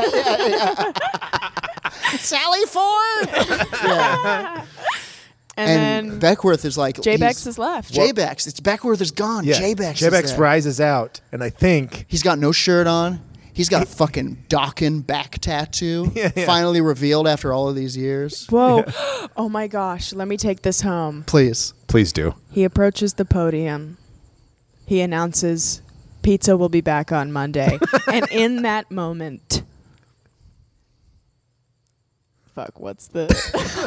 attack! yeah, yeah, yeah, yeah. Sally Ford. yeah. And, And then Beckworth is like Jay he's- Bex is left. Jay Bex. It's Beckworth is gone. Jay Bex. is J-Bex there. rises out, and I think He's got no shirt on. He's got a fucking Dokken back tattoo. Finally revealed after all of these years. Whoa. oh my gosh. Let me take this home. Please. please do. He approaches the podium. He announces, Pizza will be back on Monday. and in that moment, fuck, what's the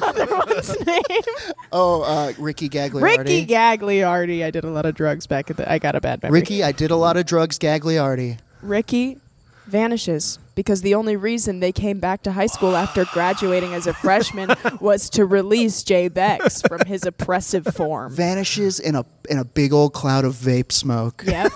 other one's name? Oh, uh, Ricky Gagliardi. Ricky Gagliardi. I did a lot of drugs back at the. I got a bad memory. Ricky, I did a lot of drugs, Gagliardi. Ricky vanishes because the only reason they came back to high school after graduating as a freshman was to release Jay Bex from his oppressive form. Vanishes in a in a big old cloud of vape smoke. Yep.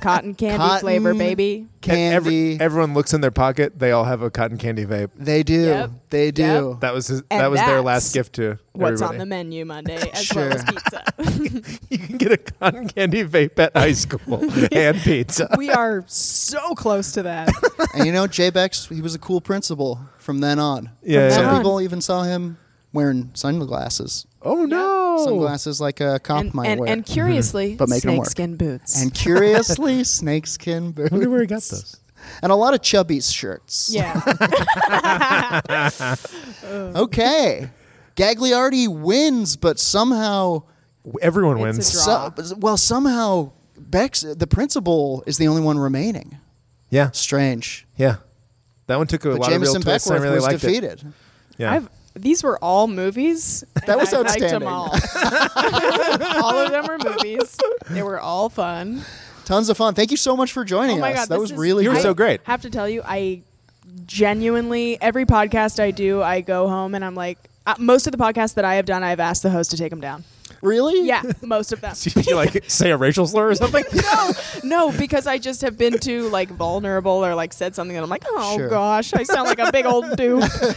Cotton candy Cotton flavor, baby. E-, Candy. everyone looks in their pocket. They all have a cotton candy vape. they do. Yep. They do. That was his, And that was their last that's gift to What's on the everybody. menu Monday, as Sure. well as pizza. You can get a cotton candy vape at high school and pizza. we are so close to that. and you know, Jay Bex, he was a cool principal from then on. Yeah, Some yeah. people even saw him wearing sunglasses. Oh no! Sunglasses like a cop and, might and, wear. and curiously, Mm-hmm. But make 'em work. snakeskin boots. And curiously, snakeskin boots. Wonder where he got those. And a lot of Chubby's shirts. yeah. Okay. Gagliardi wins, but somehow Everyone It's a wins. draw. So, well, somehow Bex, the principal, is the only one remaining. yeah, Strange. yeah. That one took a But lot Jameson of real twists. I Beckworth really was liked it. defeated. Yeah. I've, these were all movies. That was I liked them outstanding. all. all of them were movies. They were all fun. Tons of fun. Thank you so much for joining Oh my us. god, that this was is- really You were great. so great. I have to tell you, I genuinely every podcast I do, I go home and I'm like, uh, most of the podcasts that I have done, I've asked the host to take them down. Really? Yeah, most of them. Did you like say a racial slur or something? no, no, because I just have been too like vulnerable or like said something that I'm like, oh Sure. gosh, I sound like a big old dude,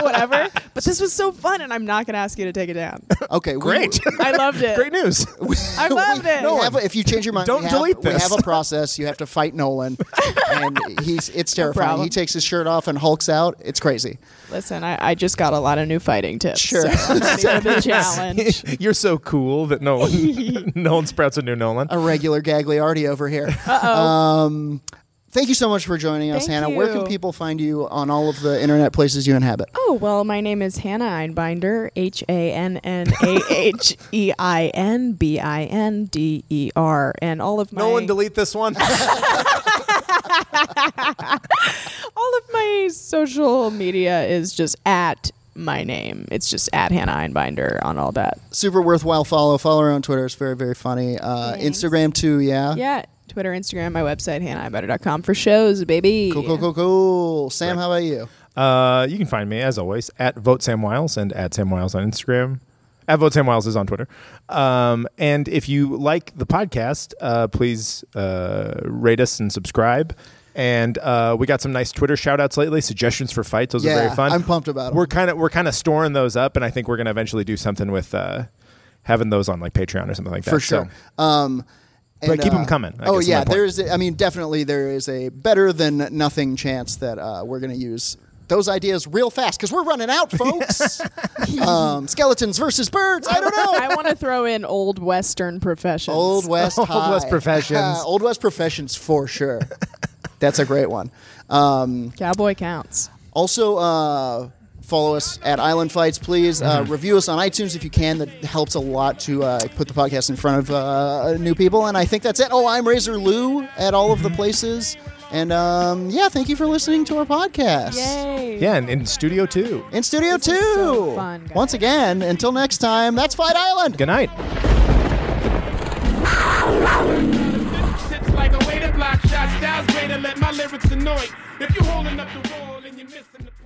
whatever. But this was so fun, and I'm not gonna ask you to take it down. Okay. we- Great. I loved it. Great news. I loved we it. have a- if you change your mind, Don't we have, delete We this. have a process. You have to fight Nolan, and he's it's terrifying. problem. he takes his shirt off and hulks out. It's crazy. Listen, I, I just got a lot of new fighting tips. Sure. so I'm ready for the challenge. You're so cool that no one, no one sprouts a new Nolan. A regular Gagliardi over here. Uh-oh. Um, thank you so much for joining us, Thank Hannah. Where can you. people find you on all of the internet places you inhabit? Oh, well, my name is Hannah Einbinder, H A N N A H E I N B I N D E R. And all of my Nolan, delete this one. all of my social media is just at my name. It's just at Hannah Einbinder on all that. super worthwhile follow. Follow her on Twitter. It's very, very funny. Uh, Instagram too. Yeah. Yeah. Twitter, Instagram, my website, hannahighbutter.com for shows, baby. Cool, cool, cool, cool. Sam, how about you? Uh, you can find me as always at vote Sam Wiles and at Sam Wiles on Instagram. At vote Sam Wiles is on Twitter. Um, and if you like the podcast, uh, please uh, rate us and subscribe. And uh, we got some nice Twitter shout outs lately. Suggestions for fights; those are Yeah, very fun. I'm pumped about 'em. We're kind of we're kind of storing those up, and I think we're going to eventually do something with uh, having those on like Patreon or something like that. For So- sure. Um, and, But keep 'em coming, I oh guess is yeah, my point. there is. I mean, definitely there is a better than nothing chance that uh, we're going to use those ideas real fast because we're running out, folks. um, skeletons versus birds. I don't know. I want to throw in old Western professions. Old West Old High. West professions. Old West professions for sure. That's a great one. Um, cowboy counts. also, uh, follow us at Island Fights, please. Uh, Mm-hmm. review us on iTunes if you can. That helps a lot to uh, put the podcast in front of uh, new people. And I think that's it. Oh, I'm Razor Lou at all Mm-hmm. of the places. And um, yeah, thank you for listening to our podcast. Yay. Yeah, and in studio too. In Studio This 2. is so fun, guys. Once again, until next time, that's Fight Island. Good night. Shit's like a way to block shots. Styles way to let my lyrics annoy. If you holding up the wall and you're missing the